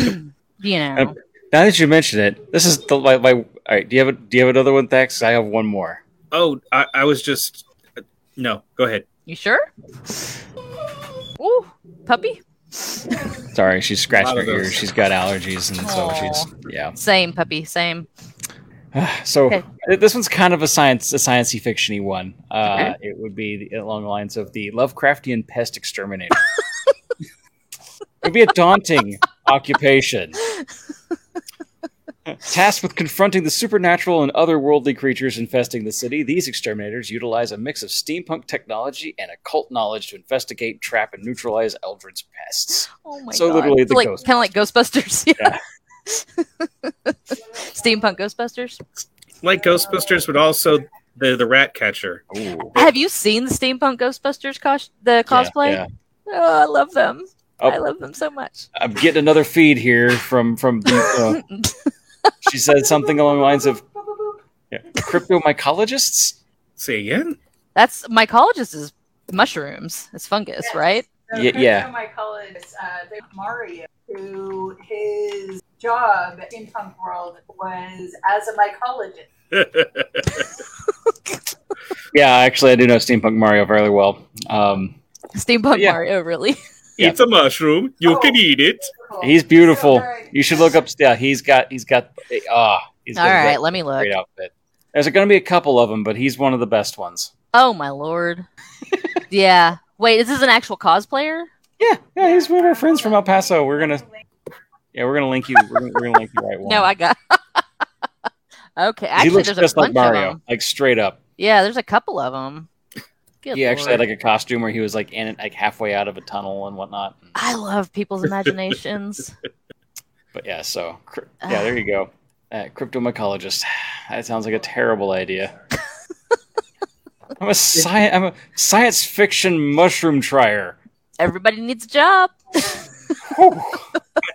[SPEAKER 5] know,
[SPEAKER 4] Um, now that you mention it, this is the my, my all right. Do you have a, do you have another one, Thax? 'Cause I have one more.
[SPEAKER 3] Oh, I, I was just no. Go ahead.
[SPEAKER 5] you sure? Ooh, puppy?
[SPEAKER 4] Sorry, she's scratching
[SPEAKER 3] Lot
[SPEAKER 4] her
[SPEAKER 3] of
[SPEAKER 4] ears.
[SPEAKER 3] those.
[SPEAKER 4] She's got allergies, and
[SPEAKER 5] Aw.
[SPEAKER 4] so she's yeah.
[SPEAKER 5] Same puppy, same.
[SPEAKER 4] So
[SPEAKER 5] Okay.
[SPEAKER 4] th- this one's kind of a science, a sciencey fictiony one. Uh, It would be the- along the lines of the Lovecraftian pest exterminator. it would be a daunting occupation. Tasked with confronting the supernatural and otherworldly creatures infesting the city, these exterminators utilize a mix of steampunk technology and occult knowledge to investigate, trap, and neutralize eldritch pests.
[SPEAKER 5] Oh my
[SPEAKER 4] So
[SPEAKER 5] God.
[SPEAKER 4] literally the
[SPEAKER 5] like,
[SPEAKER 4] Ghostbusters.
[SPEAKER 5] Kind of like Ghostbusters. Yeah. Steampunk Ghostbusters.
[SPEAKER 3] Like Ghostbusters, but also the the rat catcher.
[SPEAKER 4] Ooh.
[SPEAKER 5] Have you seen the steampunk Ghostbusters cos- the cosplay?
[SPEAKER 4] yeah.
[SPEAKER 5] Oh, I love them.
[SPEAKER 4] Oh.
[SPEAKER 5] I love them so much.
[SPEAKER 4] I'm getting another feed here from from. Uh, she said something along the lines of yeah, cryptomycologists.
[SPEAKER 3] Say again.
[SPEAKER 5] That's mycologist is mushrooms. It's fungus,
[SPEAKER 6] Yes.
[SPEAKER 5] right?
[SPEAKER 6] So
[SPEAKER 4] Ye- yeah.
[SPEAKER 6] My colleagues, uh, they- Mario, who his job in punk world was as a mycologist.
[SPEAKER 4] Yeah, actually, I do know steampunk Mario fairly well. Um,
[SPEAKER 5] Steampunk
[SPEAKER 4] Yeah.
[SPEAKER 5] Mario, really.
[SPEAKER 4] Yeah.
[SPEAKER 3] It's a mushroom. You
[SPEAKER 6] Oh.
[SPEAKER 3] can eat it.
[SPEAKER 5] Oh,
[SPEAKER 4] he's beautiful.
[SPEAKER 6] So good.
[SPEAKER 4] You should look up. Yeah, he's got he's got ah. he's
[SPEAKER 5] All
[SPEAKER 4] got a
[SPEAKER 5] right,
[SPEAKER 4] great-
[SPEAKER 5] let me look.
[SPEAKER 4] great outfit. There's going to be a couple of them, but he's one of the best ones.
[SPEAKER 5] Oh my lord. yeah. Wait, is this an actual cosplayer?
[SPEAKER 4] Yeah, yeah, he's one of our friends from El Paso. We're gonna yeah, we're gonna link you. We're gonna, we're gonna link you right one.
[SPEAKER 5] No, I got. okay,
[SPEAKER 4] he
[SPEAKER 5] actually,
[SPEAKER 4] looks
[SPEAKER 5] there's
[SPEAKER 4] just
[SPEAKER 5] a bunch
[SPEAKER 4] like
[SPEAKER 5] of
[SPEAKER 4] Mario,
[SPEAKER 5] them.
[SPEAKER 4] like straight up.
[SPEAKER 5] Yeah, there's a couple of them. Good
[SPEAKER 4] he actually
[SPEAKER 5] lord.
[SPEAKER 4] had like a costume where he was like in it, like halfway out of a tunnel and whatnot.
[SPEAKER 5] I love people's imaginations.
[SPEAKER 4] But yeah, so cr- yeah, there you go. Uh, cryptomycologist. That sounds like a terrible idea. I'm a science. I'm a science fiction mushroom trier.
[SPEAKER 5] Everybody needs a job.
[SPEAKER 4] Whew.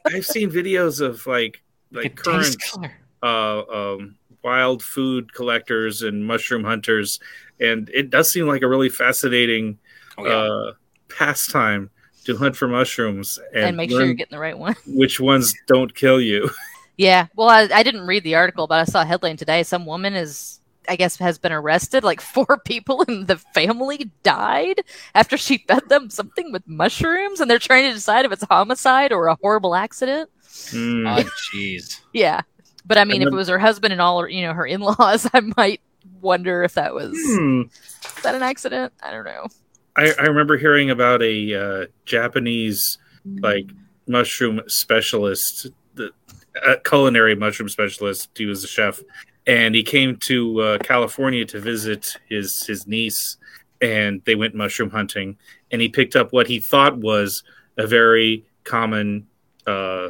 [SPEAKER 3] I've seen videos of like like
[SPEAKER 4] It
[SPEAKER 3] current
[SPEAKER 4] tastes color.
[SPEAKER 3] uh, um, wild food collectors and mushroom hunters, and it does seem like a really fascinating
[SPEAKER 4] Oh, yeah.
[SPEAKER 3] uh, pastime to hunt for mushrooms and,
[SPEAKER 5] and make sure
[SPEAKER 3] learn
[SPEAKER 5] you're getting the right one.
[SPEAKER 3] which ones don't kill you.
[SPEAKER 5] Yeah. Well, I, I didn't read the article, but I saw a headline today. Some woman is, I guess, has been arrested. Like four people in the family died after she fed them something with mushrooms, and they're trying to decide if it's homicide or a horrible accident.
[SPEAKER 3] Hmm.
[SPEAKER 4] Oh, jeez.
[SPEAKER 5] Yeah. But I
[SPEAKER 3] And
[SPEAKER 5] mean, if
[SPEAKER 3] then-
[SPEAKER 5] it was her husband and all, or you know, her in laws, I might wonder if that was
[SPEAKER 3] Hmm.
[SPEAKER 5] is that an accident. I don't know.
[SPEAKER 3] I, I remember hearing about a uh, Japanese like mushroom specialist, the a culinary mushroom specialist. He was a chef, and he came to uh, California to visit his his niece, and they went mushroom hunting, and he picked up what he thought was a very common uh,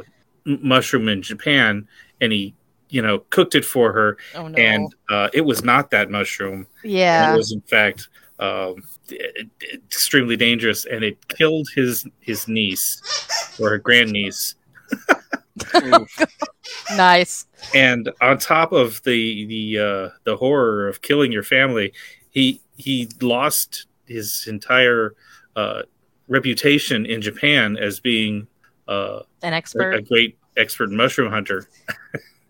[SPEAKER 3] m- mushroom in Japan, and he you know cooked it for her,
[SPEAKER 5] Oh no.
[SPEAKER 3] and uh, it was not that mushroom. It
[SPEAKER 5] yeah.
[SPEAKER 3] was in fact um, e- e- extremely dangerous, and it killed his his niece or her grandniece.
[SPEAKER 4] Oh,
[SPEAKER 5] Nice.
[SPEAKER 3] And on top of the the uh, the horror of killing your family, he he lost his entire uh, reputation in Japan as being uh,
[SPEAKER 5] An
[SPEAKER 3] a,
[SPEAKER 5] expert.
[SPEAKER 3] a great expert mushroom hunter.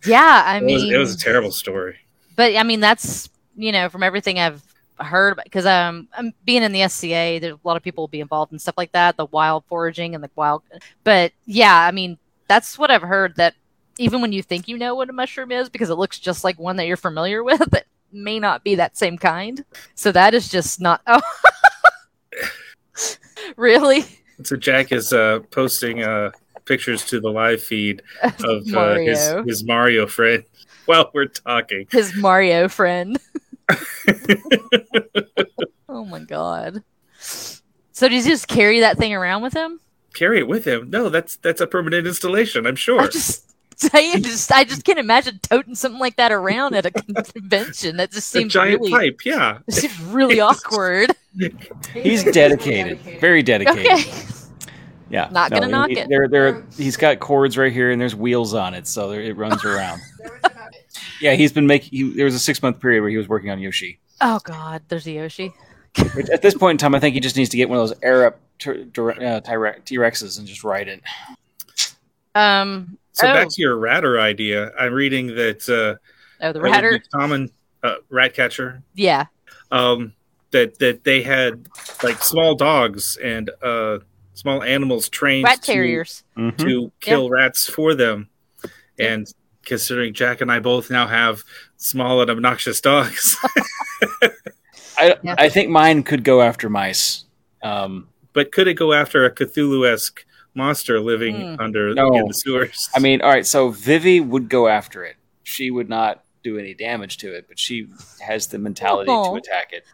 [SPEAKER 5] yeah. I mean,
[SPEAKER 3] it, was, it was a terrible story.
[SPEAKER 5] but I mean, that's you know, from everything I've heard, because um, I'm being in the SCA, there's a lot of people will be involved in stuff like that, the wild foraging and the wild. But yeah, I mean, that's what I've heard that even when you think you know what a mushroom is, because it looks just like one that you're familiar with, it may not be that same kind. So that is just not. Oh, really?
[SPEAKER 3] So Jack is uh, posting uh, pictures to the live feed of uh, his
[SPEAKER 5] Mario.
[SPEAKER 3] his Mario friend while we're talking.
[SPEAKER 5] His Mario friend. oh my god. So does he just carry that thing around with him?
[SPEAKER 3] Carry it with him. No, that's that's a permanent installation. I'm sure.
[SPEAKER 5] I just, I just, I just can't imagine toting something like that around at a convention. That just
[SPEAKER 3] a
[SPEAKER 5] seems
[SPEAKER 3] giant
[SPEAKER 5] really,
[SPEAKER 3] pipe. Yeah.
[SPEAKER 5] it seems really awkward.
[SPEAKER 4] He's dedicated. Very dedicated.
[SPEAKER 5] Okay,
[SPEAKER 4] Yeah.
[SPEAKER 5] Not gonna
[SPEAKER 4] he-
[SPEAKER 5] knock
[SPEAKER 4] he-
[SPEAKER 5] it.
[SPEAKER 4] There, there. He's got cords right here, and there's wheels on it, so there, it runs around. yeah, he's been making. He, there was a six month period where he was working on Yoshi.
[SPEAKER 5] oh god, there's a Yoshi.
[SPEAKER 4] Which at this point in time, I think he just needs to get one of those air up T Rexes and just ride it.
[SPEAKER 5] Um,
[SPEAKER 3] So
[SPEAKER 5] oh,
[SPEAKER 3] back to your ratter idea. I'm reading that uh,
[SPEAKER 5] oh, the
[SPEAKER 3] that would be
[SPEAKER 5] ratter.
[SPEAKER 3] common uh, rat catcher
[SPEAKER 5] Yeah,
[SPEAKER 3] um, that that they had like small dogs and uh, small animals trained
[SPEAKER 5] rat
[SPEAKER 3] to-
[SPEAKER 5] terriers.
[SPEAKER 3] to kill rats for them. And considering Jack and I both now have small and obnoxious dogs,
[SPEAKER 4] I,
[SPEAKER 5] Yeah.
[SPEAKER 4] I think mine could go after mice. Um,
[SPEAKER 3] but could it go after a Cthulhu esque monster living
[SPEAKER 5] Hmm.
[SPEAKER 3] under
[SPEAKER 4] No.
[SPEAKER 3] in the sewers?
[SPEAKER 4] I mean, all right. So Vivi would go after it. She would not do any damage to it, but she has the mentality
[SPEAKER 5] Aw.
[SPEAKER 4] to attack it.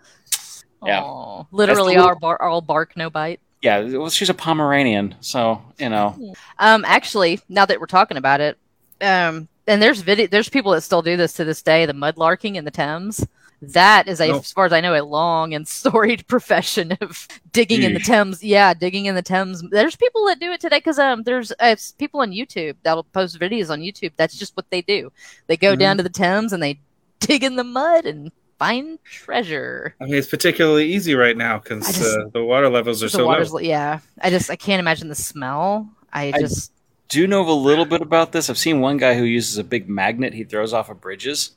[SPEAKER 4] Yeah.
[SPEAKER 5] Yeah, literally
[SPEAKER 4] That's the-
[SPEAKER 5] all, bar- all bark, no bite.
[SPEAKER 4] Yeah, well, she's a Pomeranian, so you know.
[SPEAKER 5] Um, actually, now that we're talking about it, um, and there's video, there's people that still do this to this day. The mudlarking in the Thames. That is, a,
[SPEAKER 3] No.
[SPEAKER 5] as far as I know, a long and storied profession of digging in the Thames. Yeah, digging in the Thames. There's people that do it today because um, there's uh, s- people on YouTube that'll post videos on YouTube. That's just what they do. They go down to the Thames and they dig in the mud and find treasure.
[SPEAKER 3] I mean, it's particularly easy right now
[SPEAKER 5] I
[SPEAKER 3] because
[SPEAKER 5] just-
[SPEAKER 3] uh, the water levels are
[SPEAKER 5] The
[SPEAKER 3] so
[SPEAKER 5] water's
[SPEAKER 3] low.
[SPEAKER 5] li- yeah. I just I can't imagine the smell. I just
[SPEAKER 4] Do you know of a little bit about this? I've seen one guy who uses a big magnet he throws off of bridges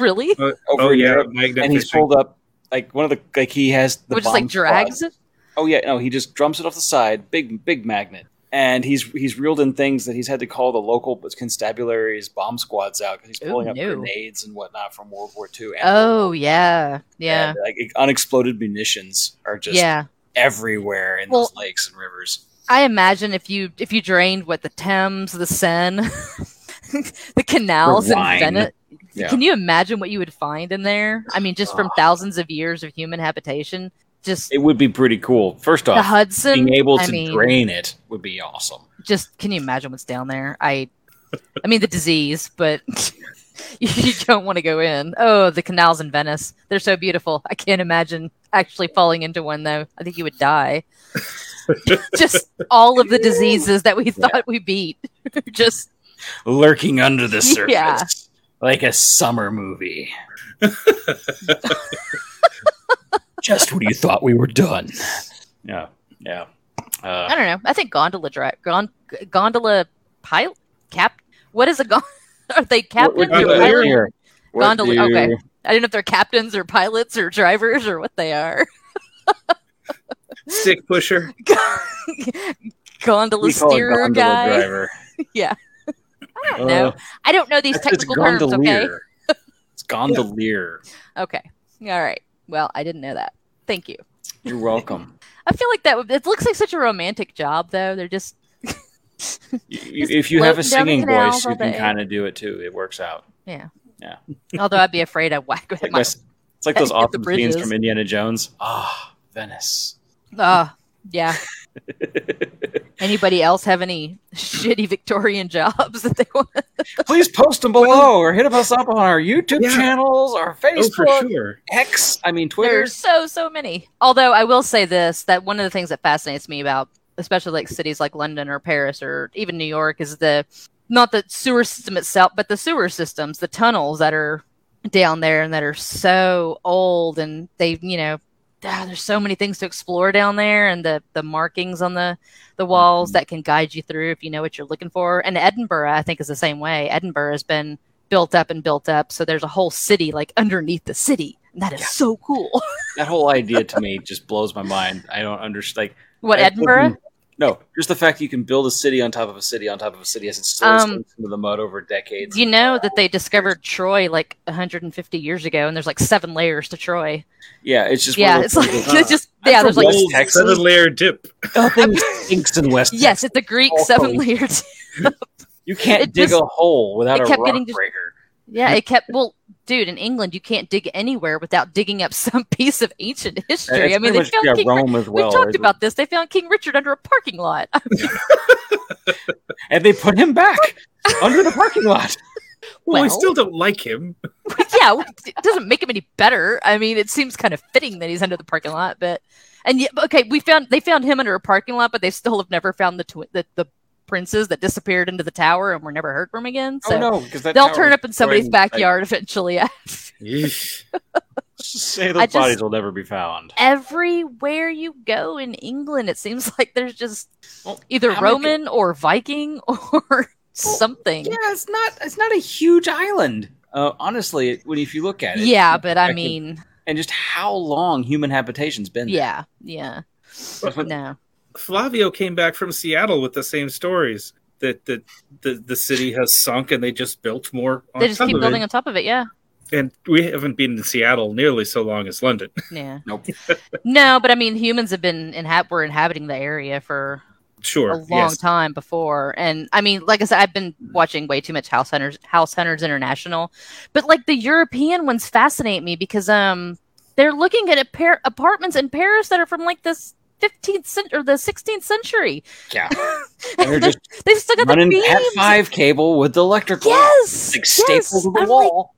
[SPEAKER 5] really,
[SPEAKER 4] over
[SPEAKER 3] oh
[SPEAKER 4] in
[SPEAKER 3] yeah,
[SPEAKER 4] Europe,
[SPEAKER 3] magnet
[SPEAKER 4] and he's
[SPEAKER 3] fishing.
[SPEAKER 4] pulled up like one of the like he has the
[SPEAKER 5] which is like
[SPEAKER 4] bomb
[SPEAKER 5] drags
[SPEAKER 4] squad.
[SPEAKER 5] it.
[SPEAKER 4] Oh yeah, no, he just drums it off the side, big big magnet, and he's he's reeled in things that he's had to call the local constabulary's bomb squads out because he's
[SPEAKER 5] Ooh,
[SPEAKER 4] pulling up
[SPEAKER 5] no.
[SPEAKER 4] grenades and whatnot from World War II. and
[SPEAKER 5] Oh yeah, yeah,
[SPEAKER 4] And, like e, unexploded munitions are just
[SPEAKER 5] yeah.
[SPEAKER 4] everywhere in
[SPEAKER 5] Well-
[SPEAKER 4] those lakes and rivers.
[SPEAKER 5] I imagine if you if you drained what the Thames, the Seine, the canals
[SPEAKER 4] The
[SPEAKER 5] in
[SPEAKER 4] Rhine.
[SPEAKER 5] Venice,
[SPEAKER 4] Yeah. Uh.
[SPEAKER 5] can you imagine what you would find in there? I mean, just from thousands of years of human habitation, just
[SPEAKER 4] It would be pretty cool. First
[SPEAKER 5] the
[SPEAKER 4] off,
[SPEAKER 5] Hudson.
[SPEAKER 4] being able
[SPEAKER 5] I
[SPEAKER 4] to
[SPEAKER 5] mean,
[SPEAKER 4] drain it would be awesome.
[SPEAKER 5] just can you imagine what's down there? I, I mean the disease, but you don't want to go in. Oh, the canals in Venice, they're so beautiful. I can't imagine actually falling into one though. I think you would die. just all of the diseases that we thought we beat, just
[SPEAKER 4] Lurking under the surface.
[SPEAKER 5] Yeah.
[SPEAKER 4] Like a summer movie. Just when you thought we were done. Yeah. Yeah.
[SPEAKER 5] I
[SPEAKER 4] Uh,
[SPEAKER 5] don't know. I think gondola drive, gond- gondola pilot, cap. What is a gon- Are they
[SPEAKER 3] what
[SPEAKER 5] captains or
[SPEAKER 3] do you-
[SPEAKER 5] pilots?
[SPEAKER 4] Here. What
[SPEAKER 5] Gondol-
[SPEAKER 4] do-
[SPEAKER 5] okay. I don't know if they're captains or pilots or drivers or what they are.
[SPEAKER 3] Stick pusher.
[SPEAKER 5] gondola
[SPEAKER 4] we call it
[SPEAKER 5] steerer
[SPEAKER 4] gondola
[SPEAKER 5] guy.
[SPEAKER 4] driver.
[SPEAKER 5] Yeah. I don't
[SPEAKER 4] Uh,
[SPEAKER 5] know. I don't know these
[SPEAKER 4] It's- it's
[SPEAKER 5] technical terms. Okay.
[SPEAKER 4] gondolier. It's gondolier.
[SPEAKER 5] Okay. All right. Well, I didn't know that. Thank you.
[SPEAKER 4] You're welcome.
[SPEAKER 5] I feel like that. Would, it looks like such a romantic job, though. They're just
[SPEAKER 4] You- you-
[SPEAKER 5] Just
[SPEAKER 4] if you have a
[SPEAKER 5] floating
[SPEAKER 4] singing
[SPEAKER 5] down the canals
[SPEAKER 4] voice,
[SPEAKER 5] all
[SPEAKER 4] you can
[SPEAKER 5] day.
[SPEAKER 4] kind of do it too. It works out.
[SPEAKER 5] Although I'd be afraid I'd whack
[SPEAKER 4] It's
[SPEAKER 5] with
[SPEAKER 4] like,
[SPEAKER 5] my.
[SPEAKER 4] this- it's like those
[SPEAKER 5] Hit the
[SPEAKER 4] awesome scenes
[SPEAKER 5] bridges.
[SPEAKER 4] from Indiana Jones. Ah, Venice.
[SPEAKER 5] Oh, yeah. Anybody else have any shitty Victorian jobs that they want?
[SPEAKER 4] Please post them below or hit us up on our YouTube
[SPEAKER 3] Yeah.
[SPEAKER 4] channels, our
[SPEAKER 3] Oh, for
[SPEAKER 4] Facebook,
[SPEAKER 3] sure.
[SPEAKER 4] X, I mean Twitter.
[SPEAKER 5] There's so so many. Although I will say this: that one of the things that fascinates me about, especially like cities like London or Paris or even New York, is the not the sewer system itself, but the sewer systems, the tunnels that are down there and that are so old, and they, you know, ah, there's so many things to explore down there, and the the markings on the the walls that can guide you through if you know what you're looking for. And Edinburgh, I think, is the same way. Edinburgh has been built up and built up, so there's a whole city like underneath the city. And that is
[SPEAKER 4] Yeah.
[SPEAKER 5] so cool.
[SPEAKER 4] That whole idea to me just blows my mind. I don't understand. Like,
[SPEAKER 5] What
[SPEAKER 4] I-
[SPEAKER 5] Edinburgh?
[SPEAKER 4] No, just the fact that you can build a city on top of a city on top of a city as it slowly
[SPEAKER 5] Um,
[SPEAKER 4] sinks into the mud over decades.
[SPEAKER 5] Do you know that they discovered Troy like 150 years ago, and there's like seven layers to Troy?
[SPEAKER 4] yeah, it's just
[SPEAKER 5] yeah,
[SPEAKER 4] One of
[SPEAKER 5] it's
[SPEAKER 4] those
[SPEAKER 5] like
[SPEAKER 4] things that-
[SPEAKER 5] it's just
[SPEAKER 4] I'm
[SPEAKER 5] yeah.
[SPEAKER 4] from
[SPEAKER 5] There's like
[SPEAKER 4] West Texas.
[SPEAKER 3] Seven layer dip.
[SPEAKER 4] nothing sinks in West.
[SPEAKER 5] yes,
[SPEAKER 4] Texas.
[SPEAKER 5] it's a Greek
[SPEAKER 4] Oh,
[SPEAKER 5] seven
[SPEAKER 4] holy-
[SPEAKER 5] layered.
[SPEAKER 4] you can't
[SPEAKER 5] it
[SPEAKER 4] dig
[SPEAKER 5] just-
[SPEAKER 4] a hole without
[SPEAKER 5] it
[SPEAKER 4] a
[SPEAKER 5] kept
[SPEAKER 4] rock
[SPEAKER 5] getting just-
[SPEAKER 4] breaker.
[SPEAKER 5] Yeah, it kept well, dude. In England, you can't dig anywhere without digging up some piece of ancient history.
[SPEAKER 4] It's
[SPEAKER 5] I
[SPEAKER 4] pretty
[SPEAKER 5] mean, they
[SPEAKER 4] much,
[SPEAKER 5] found
[SPEAKER 4] yeah,
[SPEAKER 5] King. Ri-
[SPEAKER 4] Rome as well.
[SPEAKER 5] we talked
[SPEAKER 4] is-
[SPEAKER 5] about this. They found King Richard under a parking lot.
[SPEAKER 4] and they put him back under the parking lot.
[SPEAKER 3] Well, I
[SPEAKER 5] Well.
[SPEAKER 3] still don't like him.
[SPEAKER 5] yeah, it doesn't make him any better. I mean, it seems kind of fitting that he's under the parking lot, but and yet, okay, we found they found him under a parking lot, but they still have never found the twi- the, the princes that disappeared into the tower and were never heard from again. So
[SPEAKER 4] oh no, because that
[SPEAKER 5] they'll
[SPEAKER 4] tower
[SPEAKER 5] turn
[SPEAKER 4] was
[SPEAKER 5] up in somebody's
[SPEAKER 4] destroyed, like,
[SPEAKER 5] backyard eventually.
[SPEAKER 3] Yeesh.
[SPEAKER 4] Say
[SPEAKER 5] I
[SPEAKER 4] those
[SPEAKER 5] just-
[SPEAKER 4] bodies will never be found.
[SPEAKER 5] Everywhere you go in England, it seems like there's just either
[SPEAKER 4] how many
[SPEAKER 5] Roman or Viking or something.
[SPEAKER 4] Yeah, it's not. It's not a huge island. Uh, honestly, it, when if you look at it,
[SPEAKER 5] yeah, but I
[SPEAKER 4] perspective,
[SPEAKER 5] mean,
[SPEAKER 4] and just how long human habitation's been. there.
[SPEAKER 5] yeah, yeah, no.
[SPEAKER 3] Flavio came back from Seattle with the same stories that the the, the city has sunk and they just built more. On
[SPEAKER 5] They just
[SPEAKER 3] top
[SPEAKER 5] keep
[SPEAKER 3] of
[SPEAKER 5] building
[SPEAKER 3] It.
[SPEAKER 5] on top of it, yeah.
[SPEAKER 3] And we haven't been in Seattle nearly so long as London.
[SPEAKER 5] Yeah.
[SPEAKER 4] Nope.
[SPEAKER 5] no, but I mean, humans have been inha- were inhabiting the area for
[SPEAKER 3] Sure,
[SPEAKER 5] a long
[SPEAKER 3] yes.
[SPEAKER 5] time before, and I mean, like I said, I've been watching way too much House Hunters, House Hunters International, but like the European ones fascinate me because um they're looking at apar- apartments in Paris that are from like this. 15th cent- or the 16th century.
[SPEAKER 4] Yeah. And they're
[SPEAKER 5] They're-
[SPEAKER 4] just
[SPEAKER 5] They've still got the
[SPEAKER 4] running
[SPEAKER 5] beams.
[SPEAKER 4] Cat five cable with electrical.
[SPEAKER 5] Yes,
[SPEAKER 4] Like
[SPEAKER 5] yes.
[SPEAKER 4] stapled to the
[SPEAKER 5] I'm like,
[SPEAKER 4] wall.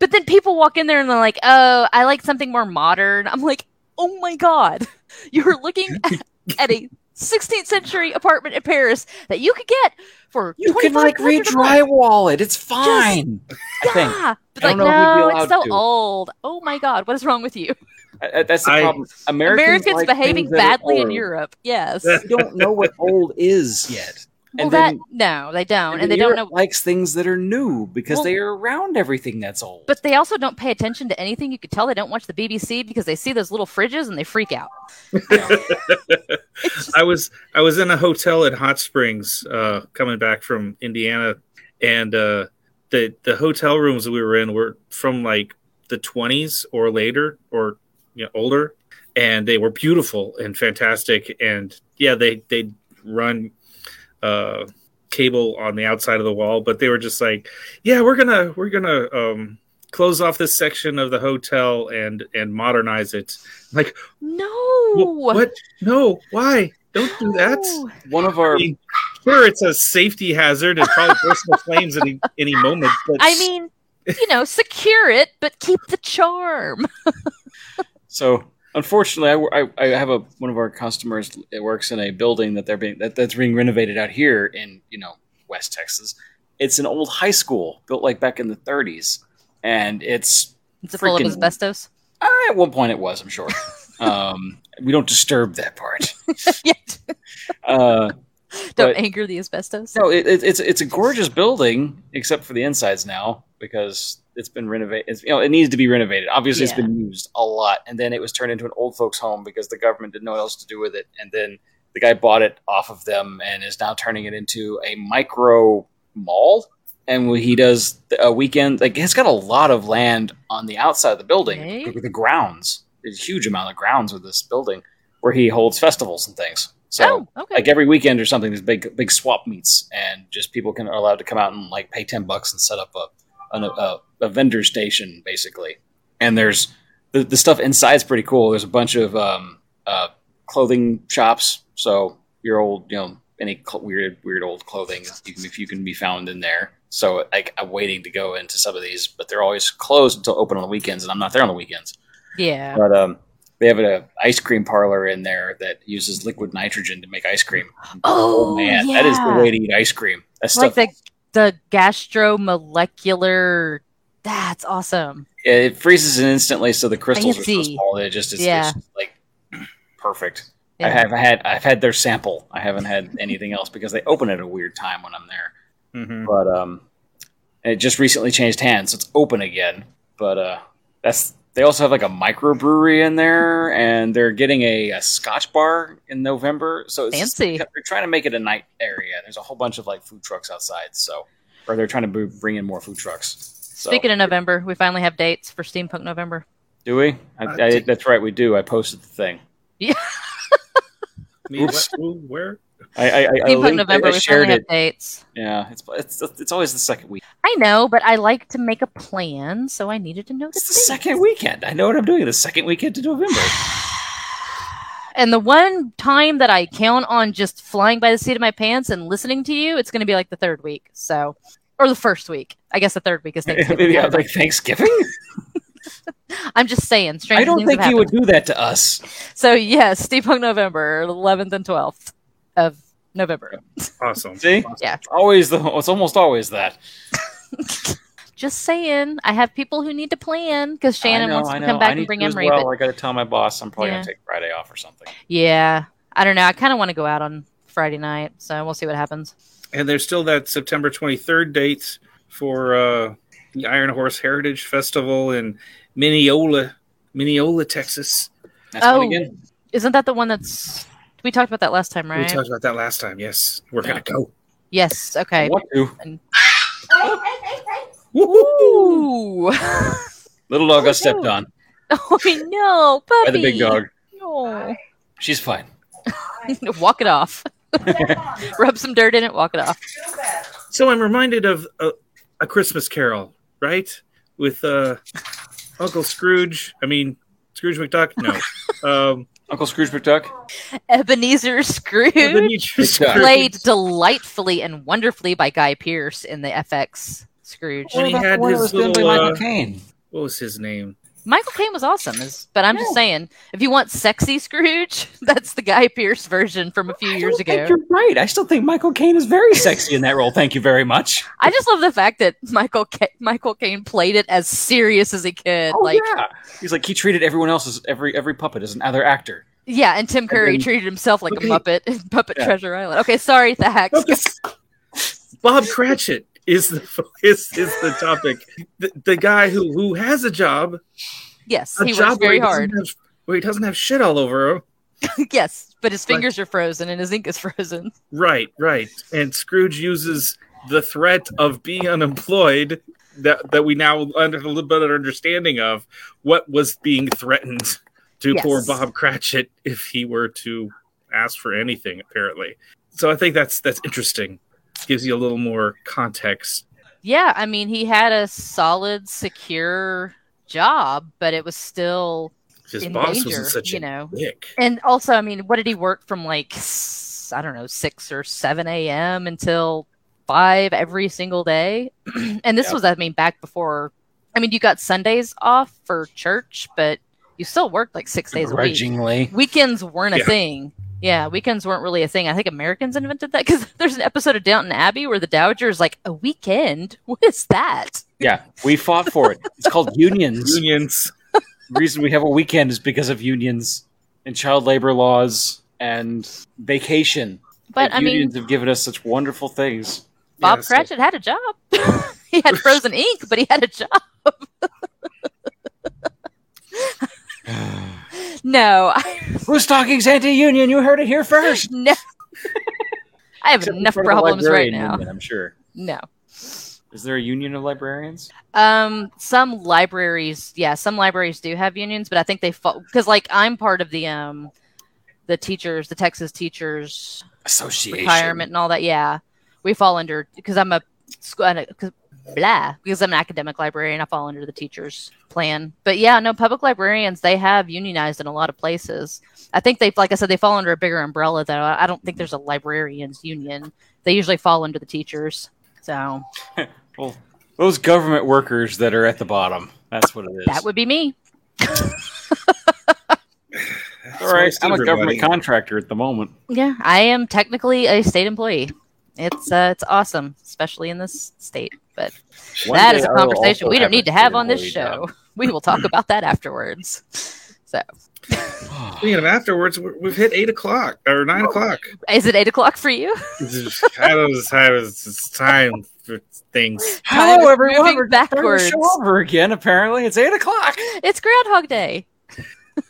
[SPEAKER 5] but then people walk in there and they're like, "Oh, I like something more modern." I'm like, "Oh my god, you're looking at, at a 16th century apartment in Paris that you could get for
[SPEAKER 4] you can like re
[SPEAKER 5] $2,500 a month."
[SPEAKER 4] drywall it. It's fine. I think.
[SPEAKER 5] Yeah, but
[SPEAKER 4] I
[SPEAKER 5] like,
[SPEAKER 4] don't know if you'd
[SPEAKER 5] no,
[SPEAKER 4] be
[SPEAKER 5] it's
[SPEAKER 4] allowed
[SPEAKER 5] so
[SPEAKER 4] to.
[SPEAKER 5] old. Oh my god, what is wrong with you?
[SPEAKER 4] Uh, That's the
[SPEAKER 3] I-
[SPEAKER 4] problem. Americans,
[SPEAKER 5] Americans
[SPEAKER 4] like
[SPEAKER 5] behaving
[SPEAKER 4] things that are
[SPEAKER 5] badly in
[SPEAKER 4] old.
[SPEAKER 5] Europe. Yes.
[SPEAKER 3] Well,
[SPEAKER 4] We don't know what old is yet.
[SPEAKER 5] well,
[SPEAKER 4] and
[SPEAKER 5] that
[SPEAKER 4] then-
[SPEAKER 5] no, they don't, and they
[SPEAKER 4] Europe
[SPEAKER 5] don't know.
[SPEAKER 4] likes things that are new because
[SPEAKER 5] Well-
[SPEAKER 4] they are around everything that's old.
[SPEAKER 5] But they also don't pay attention to anything. You could tell they don't watch the BBC because they see those little fridges and they freak out. It's just-
[SPEAKER 3] I was I was in a hotel in Hot Springs, uh, coming back from Indiana, and uh, the the hotel rooms we were in were from like the 20s or later or you know, older, and they were beautiful and fantastic. And yeah, they they run uh, cable on the outside of the wall, but they were just like, yeah, we're gonna we're gonna um, close off this section of the hotel and and modernize it. Like
[SPEAKER 5] no.
[SPEAKER 3] "Wh- what? No, why? Don't do that.
[SPEAKER 5] No.
[SPEAKER 4] one of our
[SPEAKER 3] mean, Sure, it's a safety hazard and probably burst into flames any any moment. But
[SPEAKER 5] I mean, you know, secure it, but keep the charm.
[SPEAKER 4] so unfortunately, I wor- I, I, have a one of our customers that works in a building that they're being that, that's being renovated out here in you know West Texas. It's an old high school built like back in the 30s, and it's
[SPEAKER 5] Is it full of
[SPEAKER 4] Freaking-
[SPEAKER 5] asbestos?
[SPEAKER 4] uh, at one point it was I'm sure. um, we don't disturb that part.
[SPEAKER 5] yeah.
[SPEAKER 4] Uh,
[SPEAKER 5] Don't
[SPEAKER 4] But-
[SPEAKER 5] anger the asbestos. Oh,
[SPEAKER 4] No, it, it, it's it's a gorgeous building, except for the insides now because it's been renovated. You know, it needs to be renovated. Obviously, it's
[SPEAKER 5] Yeah.
[SPEAKER 4] been used a lot, and then it was turned into an old folks' home because the government didn't know what else to do with it. And then the guy bought it off of them and is now turning it into a micro mall. And when he does a weekend, like it's got a lot of land on the outside of the building,
[SPEAKER 5] Right.
[SPEAKER 4] the, the grounds. There's a huge amount of grounds with this building where he holds festivals and things. So
[SPEAKER 5] oh, okay.
[SPEAKER 4] like every weekend or something there's big big swap meets and just people can are allowed to come out and like pay 10 bucks and set up a an, a, a vendor station basically and there's the, the stuff inside's pretty cool there's a bunch of um, uh, clothing shops so your old you know any cl- weird weird old clothing you can, if you can be found in there so like i'm waiting to go into some of these but they're always closed until open on the weekends and i'm not there on the weekends
[SPEAKER 5] yeah.
[SPEAKER 4] but um, they have an ice cream parlor in there that uses liquid nitrogen to make ice cream.
[SPEAKER 5] Oh,
[SPEAKER 4] man, that is the
[SPEAKER 5] yeah.
[SPEAKER 4] way to eat ice cream. That's
[SPEAKER 5] Like
[SPEAKER 4] stuff.
[SPEAKER 5] the the gastromolecular. That's awesome.
[SPEAKER 4] it freezes it instantly, so the crystals are so
[SPEAKER 5] Fancy.
[SPEAKER 4] small that it just is
[SPEAKER 5] Yeah.
[SPEAKER 4] like perfect. I
[SPEAKER 5] Yeah.
[SPEAKER 4] have had I've had their sample. I haven't had anything else because they open at a weird time when I'm there.
[SPEAKER 3] Mhm.
[SPEAKER 4] But um, it just recently changed hands, so it's open again. But uh, that's they also have like a microbrewery in there, and they're getting a, a Scotch bar in November. So it's just-
[SPEAKER 5] Fancy.
[SPEAKER 4] they're trying to make it a night area. There's a whole bunch of like food trucks outside, so or they're trying to br- bring in more food trucks. So,
[SPEAKER 5] Speaking of November, we finally have dates for Steampunk November.
[SPEAKER 4] do we? I, I, that's right, we do. I posted the thing.
[SPEAKER 3] Me, what, who, where?
[SPEAKER 4] I, I, I, I,
[SPEAKER 5] Steampunk
[SPEAKER 4] linked it,
[SPEAKER 5] November,
[SPEAKER 4] I
[SPEAKER 5] we
[SPEAKER 4] shared
[SPEAKER 5] finally
[SPEAKER 4] it.
[SPEAKER 5] have dates.
[SPEAKER 4] Yeah, it's, it's it's always the second week.
[SPEAKER 5] I know, but I like to make a plan, so I needed to know
[SPEAKER 4] It's the
[SPEAKER 5] dates.
[SPEAKER 4] second weekend. I know what I'm doing. The second weekend to November.
[SPEAKER 5] And the one time that I count on just flying by the seat of my pants and listening to you, it's going to be like the third week. So, or the first week. I guess the third week is Thanksgiving.
[SPEAKER 4] Maybe I was like Thanksgiving.
[SPEAKER 5] I'm just saying. Strange
[SPEAKER 4] I don't
[SPEAKER 5] things have
[SPEAKER 4] think he would
[SPEAKER 5] happened.
[SPEAKER 4] do that to us.
[SPEAKER 5] So, yes, Steampunk November, 11th and 12th of November.
[SPEAKER 3] Awesome.
[SPEAKER 4] See,
[SPEAKER 5] Yeah.
[SPEAKER 4] always the it's almost always that.
[SPEAKER 5] Just saying. I have people who need to plan because Shannon
[SPEAKER 4] I know,
[SPEAKER 5] wants
[SPEAKER 4] I
[SPEAKER 5] to
[SPEAKER 4] know.
[SPEAKER 5] come
[SPEAKER 4] I
[SPEAKER 5] back
[SPEAKER 4] need
[SPEAKER 5] and bring
[SPEAKER 4] to as
[SPEAKER 5] Emery.
[SPEAKER 4] Well, I got to tell my boss I'm probably
[SPEAKER 5] Yeah.
[SPEAKER 4] gonna take Friday off or something.
[SPEAKER 5] But yeah. I don't know. I kind of want to go out on Friday night. So, we'll see what happens.
[SPEAKER 3] And there's still that September 23rd date for uh, the Iron Horse Heritage Festival in Mineola, Mineola, Texas.
[SPEAKER 4] That's
[SPEAKER 5] Oh,
[SPEAKER 4] when again.
[SPEAKER 5] Isn't that the one that's. We talked about that last time,
[SPEAKER 3] We
[SPEAKER 5] right?
[SPEAKER 3] talked about that last time. Yes, we're gonna go.
[SPEAKER 5] yes.
[SPEAKER 4] I
[SPEAKER 5] Okay.
[SPEAKER 4] want to.
[SPEAKER 5] Ooh.
[SPEAKER 4] Little dog
[SPEAKER 5] Oh, no.
[SPEAKER 4] got stepped on
[SPEAKER 5] oh no, puppy.
[SPEAKER 4] by the big dog. Oh.
[SPEAKER 5] No.
[SPEAKER 4] She's fine.
[SPEAKER 5] walk it off.
[SPEAKER 6] Feel
[SPEAKER 5] Rub some dirt in it. Walk it off.
[SPEAKER 6] better.
[SPEAKER 3] So I'm reminded of a, a Christmas Carol, right? With uh, Uncle Scrooge. I mean Scrooge McDuck. No, um,
[SPEAKER 4] Uncle Scrooge McDuck.
[SPEAKER 5] Ebenezer Scrooge
[SPEAKER 3] Ebenezer
[SPEAKER 4] McDuck.
[SPEAKER 3] Scrooge.
[SPEAKER 5] played delightfully and wonderfully by Guy Pearce in the FX Scrooge.
[SPEAKER 3] When he
[SPEAKER 4] What about
[SPEAKER 3] had
[SPEAKER 4] the one that
[SPEAKER 3] his
[SPEAKER 4] was done by
[SPEAKER 3] little,
[SPEAKER 4] Michael
[SPEAKER 3] uh,
[SPEAKER 4] Caine?
[SPEAKER 3] What was his name?
[SPEAKER 5] Michael Caine was awesome, is- but I'm just saying, if you want sexy Scrooge, that's the Guy Pearce version from a few
[SPEAKER 4] I
[SPEAKER 5] years
[SPEAKER 4] don't think
[SPEAKER 5] ago.
[SPEAKER 4] You're right. I still think Michael Caine is very sexy in that role. Thank you very much.
[SPEAKER 5] I just love the fact that Michael Ca- Michael Caine played it as serious as he could.
[SPEAKER 4] Oh,
[SPEAKER 5] like,
[SPEAKER 4] yeah. He's like he treated everyone else as every every puppet as another actor.
[SPEAKER 5] Yeah, and Tim Curry
[SPEAKER 4] then-
[SPEAKER 5] treated himself like
[SPEAKER 3] Okay.
[SPEAKER 5] a Muppet in Puppet
[SPEAKER 4] Yeah.
[SPEAKER 5] Treasure Island. Okay, sorry, Thax.
[SPEAKER 3] Bob Cratchit is the is, is the topic. The, the guy who who has a job,
[SPEAKER 5] Yes,
[SPEAKER 3] a
[SPEAKER 5] he
[SPEAKER 3] job
[SPEAKER 5] works
[SPEAKER 3] where he
[SPEAKER 5] very
[SPEAKER 3] doesn't
[SPEAKER 5] hard.
[SPEAKER 3] have- where he doesn't have shit all over him.
[SPEAKER 5] yes, but his fingers are frozen and his ink is frozen.
[SPEAKER 3] Right, right. And Scrooge uses the threat of being unemployed that that we now under a little bit of understanding of what was being threatened to
[SPEAKER 5] Yes.
[SPEAKER 3] poor Bob Cratchit if he were to ask for anything, apparently. So I think that's that's interesting. Gives you a little more context.
[SPEAKER 5] Yeah, I mean, he had a solid, secure job, but it was still
[SPEAKER 3] His
[SPEAKER 5] in
[SPEAKER 3] boss
[SPEAKER 5] danger,
[SPEAKER 3] was such
[SPEAKER 5] you
[SPEAKER 3] a
[SPEAKER 5] know.
[SPEAKER 3] dick.
[SPEAKER 5] And also, I mean, what did he work from like, s- I don't know, 6 or 7 a.m. until 5 every single day? and this
[SPEAKER 4] Yeah.
[SPEAKER 5] was, I mean, back before. I mean, you got Sundays off for church, but you still worked like six days a week.
[SPEAKER 4] Grudgingly.
[SPEAKER 5] weekends weren't a
[SPEAKER 3] Yeah.
[SPEAKER 5] thing. Yeah, weekends weren't really a thing. I think Americans invented that because there's an episode of Downton Abbey where the Dowager is like, "A weekend? What is that?"
[SPEAKER 4] Yeah, we fought for it. It's called unions.
[SPEAKER 3] Unions.
[SPEAKER 4] The reason we have a weekend is because of unions and child labor laws and vacation.
[SPEAKER 5] But I mean,
[SPEAKER 4] Unions have given us such wonderful things.
[SPEAKER 5] Bob
[SPEAKER 3] Yes,
[SPEAKER 5] Cratchit had a job. he had frozen ink, but he had a job. no, I,
[SPEAKER 4] Blue stockings anti-union. You heard it here first.
[SPEAKER 5] no. I have enough problems right now.
[SPEAKER 4] I'm sure.
[SPEAKER 5] No.
[SPEAKER 4] Is there a union of librarians?
[SPEAKER 5] Um, some libraries, yeah, some libraries do have unions, but I think they fall because, like, I'm part of the um, the teachers, the Texas teachers
[SPEAKER 4] Association.
[SPEAKER 5] retirement and all that. Yeah, we fall under because I'm a school blah because I'm an academic librarian. I fall under the teachers plan. But yeah, no, public librarians they have unionized in a lot of places. I think they, like I said, they fall under a bigger umbrella though. I I don't think there's a librarians union. They usually fall under the teachers. So
[SPEAKER 4] Well, those government workers that are at the bottom. That's what it is.
[SPEAKER 5] that would be me.
[SPEAKER 4] All right. I'm a government
[SPEAKER 3] contract.
[SPEAKER 4] contractor at the moment.
[SPEAKER 5] Yeah, I am technically a state employee. It's uh, it's awesome, especially in this state. But
[SPEAKER 4] One
[SPEAKER 5] that
[SPEAKER 4] day
[SPEAKER 5] is a
[SPEAKER 4] I will
[SPEAKER 5] conversation
[SPEAKER 4] also
[SPEAKER 5] we don't need
[SPEAKER 4] a
[SPEAKER 5] to have on this
[SPEAKER 4] employee
[SPEAKER 5] show. We will talk about that afterwards. So,
[SPEAKER 4] job.
[SPEAKER 3] Speaking of afterwards, we're- we've hit eight o'clock or nine o'clock.
[SPEAKER 5] is it eight o'clock for you?
[SPEAKER 3] I was, I was, it's time for things.
[SPEAKER 5] Time
[SPEAKER 4] Hello,
[SPEAKER 5] is
[SPEAKER 4] everyone.
[SPEAKER 5] moving
[SPEAKER 4] We're starting the show
[SPEAKER 5] backwards.
[SPEAKER 4] over again. Apparently, it's eight o'clock.
[SPEAKER 5] It's Groundhog Day.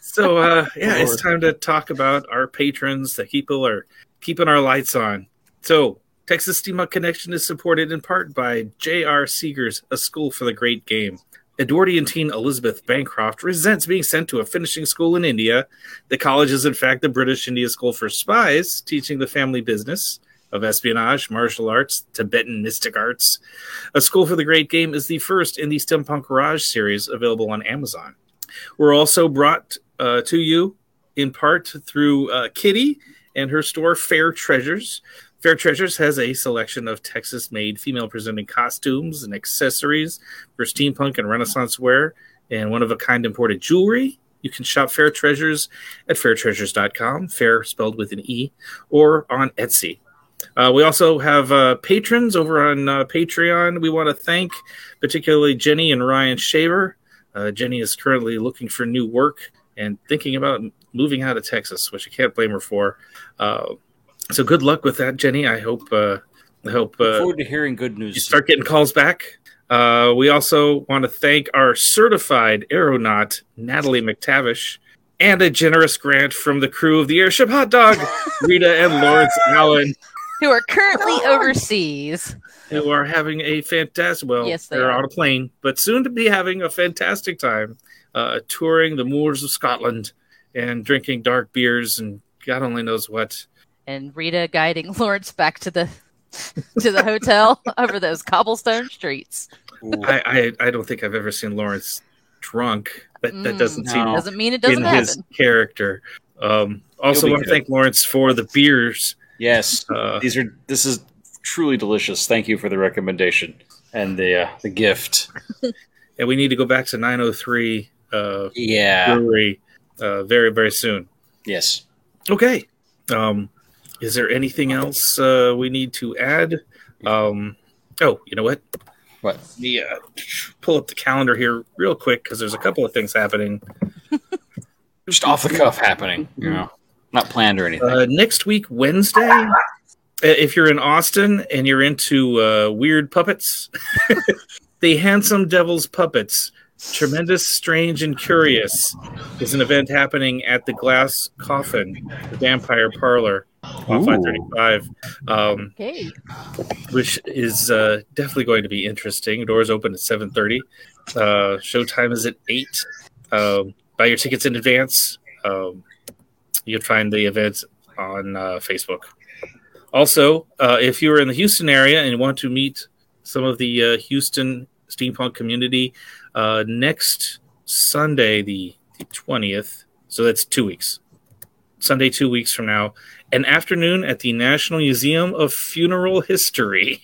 [SPEAKER 3] So uh, yeah, it's time
[SPEAKER 4] Lord.
[SPEAKER 3] to talk about our patrons, the people are keeping our lights on. So Texas Steampunk Connection is supported in part by J.R. Seegers, A School for the Great Game. Edwardian teen Elizabeth Bancroft resents being sent to a finishing school in India. The college is, in fact, the British India School for Spies, teaching the family business of espionage, martial arts, Tibetan mystic arts. A School for the Great Game is the first in the Steampunk Garage series available on Amazon. We're also brought uh, to you in part through uh, Kitty and her store Fair Treasures. Fair Treasures has a selection of Texas made female presenting costumes and accessories for steampunk and renaissance wear and one of a kind imported jewelry. You can shop Fair Treasures at fairtreasures.com, fair spelled with an E, or on Etsy. Uh, we also have uh, patrons over on uh, Patreon. We want to thank particularly Jenny and Ryan Shaver. Uh, Jenny is currently looking for new work and thinking about moving out of Texas, which I can't blame her for. Uh, so good luck with that, Jenny. I hope uh, I hope
[SPEAKER 4] Look
[SPEAKER 3] uh,
[SPEAKER 4] forward to hearing good news.
[SPEAKER 3] you start getting calls back. Uh, we also want to thank our certified aeronaut, Natalie McTavish, and a generous grant from the crew of the Airship Hot Dog, Rita and Lawrence Allen,
[SPEAKER 5] Who are currently overseas?
[SPEAKER 3] who are having a fantastic, well,
[SPEAKER 5] Yes, they
[SPEAKER 3] they are
[SPEAKER 5] are.
[SPEAKER 3] on a plane, but soon to be having a fantastic time uh, touring the moors of Scotland and drinking dark beers and God only knows what.
[SPEAKER 5] And Rita guiding Lawrence back to the to the hotel over those cobblestone streets.
[SPEAKER 4] Ooh.
[SPEAKER 3] I, I, I don't think I've ever seen Lawrence drunk. That, that
[SPEAKER 5] Mm.
[SPEAKER 3] doesn't seem
[SPEAKER 4] No.
[SPEAKER 5] Doesn't mean it doesn't
[SPEAKER 3] in
[SPEAKER 5] happen.
[SPEAKER 3] his character. Um, also,
[SPEAKER 4] be
[SPEAKER 3] want to
[SPEAKER 4] good.
[SPEAKER 3] thank Lawrence for the beers.
[SPEAKER 4] yes,
[SPEAKER 3] Uh,
[SPEAKER 4] these are. This is truly delicious. Thank you for the recommendation and the uh, the gift.
[SPEAKER 3] and we need to go back to 903 uh,
[SPEAKER 4] Yeah.
[SPEAKER 3] brewery uh, very, very soon.
[SPEAKER 4] Yes.
[SPEAKER 3] Okay. Um, is there anything else uh, we need to add? Um, oh, you know what?
[SPEAKER 4] What?
[SPEAKER 3] Let me uh, pull up the calendar here real quick because there's a couple of things happening.
[SPEAKER 4] Just off the cuff happening. You know, not planned or anything.
[SPEAKER 3] Uh, next week, Wednesday, uh, if you're in Austin and you're into uh, weird puppets, the Handsome Devil's Puppets, Tremendous, Strange, and Curious, is an event happening at the Glass Coffin, the Vampire Parlor, on
[SPEAKER 4] Ooh.
[SPEAKER 3] 535, um,
[SPEAKER 5] Okay.
[SPEAKER 3] which is uh, definitely going to be interesting. Doors open at 7.30. Uh, showtime is at 8. Um, buy your tickets in advance. Um, you can find the event on uh, Facebook. Also, uh, if you're in the Houston area and want to meet some of the uh, Houston steampunk community, uh, next Sunday, the 20th, so that's two weeks, Sunday, two weeks from now, an afternoon at the National Museum of Funeral History.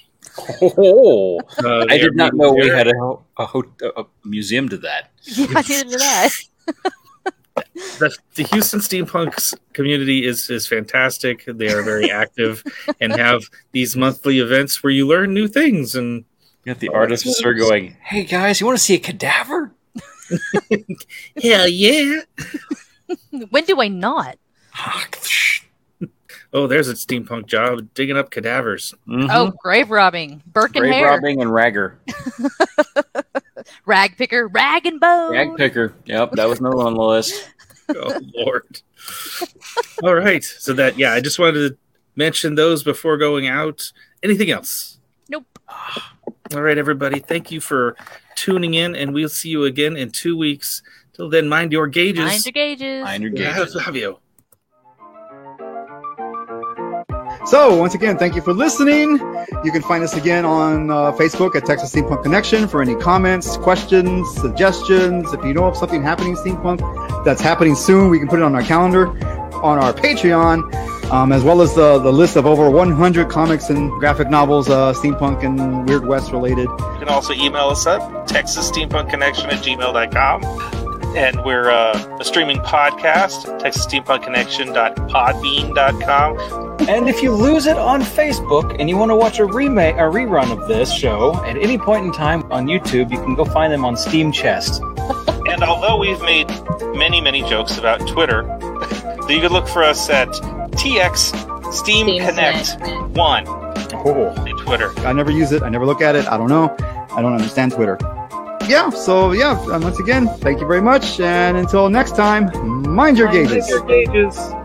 [SPEAKER 4] Oh,
[SPEAKER 3] Uh,
[SPEAKER 4] I did not
[SPEAKER 3] they're
[SPEAKER 4] know we
[SPEAKER 3] there.
[SPEAKER 4] had a, a, ho- a museum to that.
[SPEAKER 5] Yeah, neither did I.
[SPEAKER 3] the, the Houston steampunks community is is fantastic. They are very active and have these monthly events where you learn new things. And
[SPEAKER 4] You got
[SPEAKER 3] Oh,
[SPEAKER 4] the artists are going, hey guys, you want to see a cadaver?
[SPEAKER 3] hell yeah!
[SPEAKER 5] When do I not?
[SPEAKER 4] Ah, psh.
[SPEAKER 3] Oh, there's a steampunk job digging up cadavers.
[SPEAKER 5] Oh, grave robbing, Burke and
[SPEAKER 4] Mm-hmm. grave
[SPEAKER 5] Hare,
[SPEAKER 4] robbing and ragger,
[SPEAKER 5] rag picker, rag and bone.
[SPEAKER 4] rag picker. Yep, that was another one on the list.
[SPEAKER 3] Oh Lord. All right. So that yeah, I just wanted to mention those before going out. Anything else?
[SPEAKER 5] Nope.
[SPEAKER 3] All right, everybody. Thank you for tuning in, and we'll see you again in two weeks. Till then, mind your gauges.
[SPEAKER 5] Mind your gauges.
[SPEAKER 4] Mind your
[SPEAKER 3] Yeah,
[SPEAKER 4] gauges.
[SPEAKER 3] love you.
[SPEAKER 2] So, once again, thank you for listening. You can find us again on uh, Facebook at Texas Steampunk Connection for any comments, questions, suggestions. If you know of something happening steampunk that's happening soon, we can put it on our calendar, on our Patreon, um, as well as the, the list of over 100 comics and graphic novels, uh, steampunk and Weird West related.
[SPEAKER 7] You can also email us at TexasSteampunkConnection at gmail.com. And we're uh, a streaming podcast, TexasSteampunkConnection.podbean.com.
[SPEAKER 4] And if you lose it on Facebook and you want to watch a remake, a rerun of this show at any point in time on YouTube, you can go find them on Steam Chest.
[SPEAKER 7] And although we've made many, many jokes about Twitter, you can look for us at TX Steam
[SPEAKER 5] Steam
[SPEAKER 7] Connect 1 on
[SPEAKER 4] Oh.
[SPEAKER 7] Twitter.
[SPEAKER 2] I never use it. I never look at it. I don't know. I don't understand Twitter. Yeah, so yeah, um, once again, thank you very much. And until next time, mind your gauges.
[SPEAKER 7] Your gauges.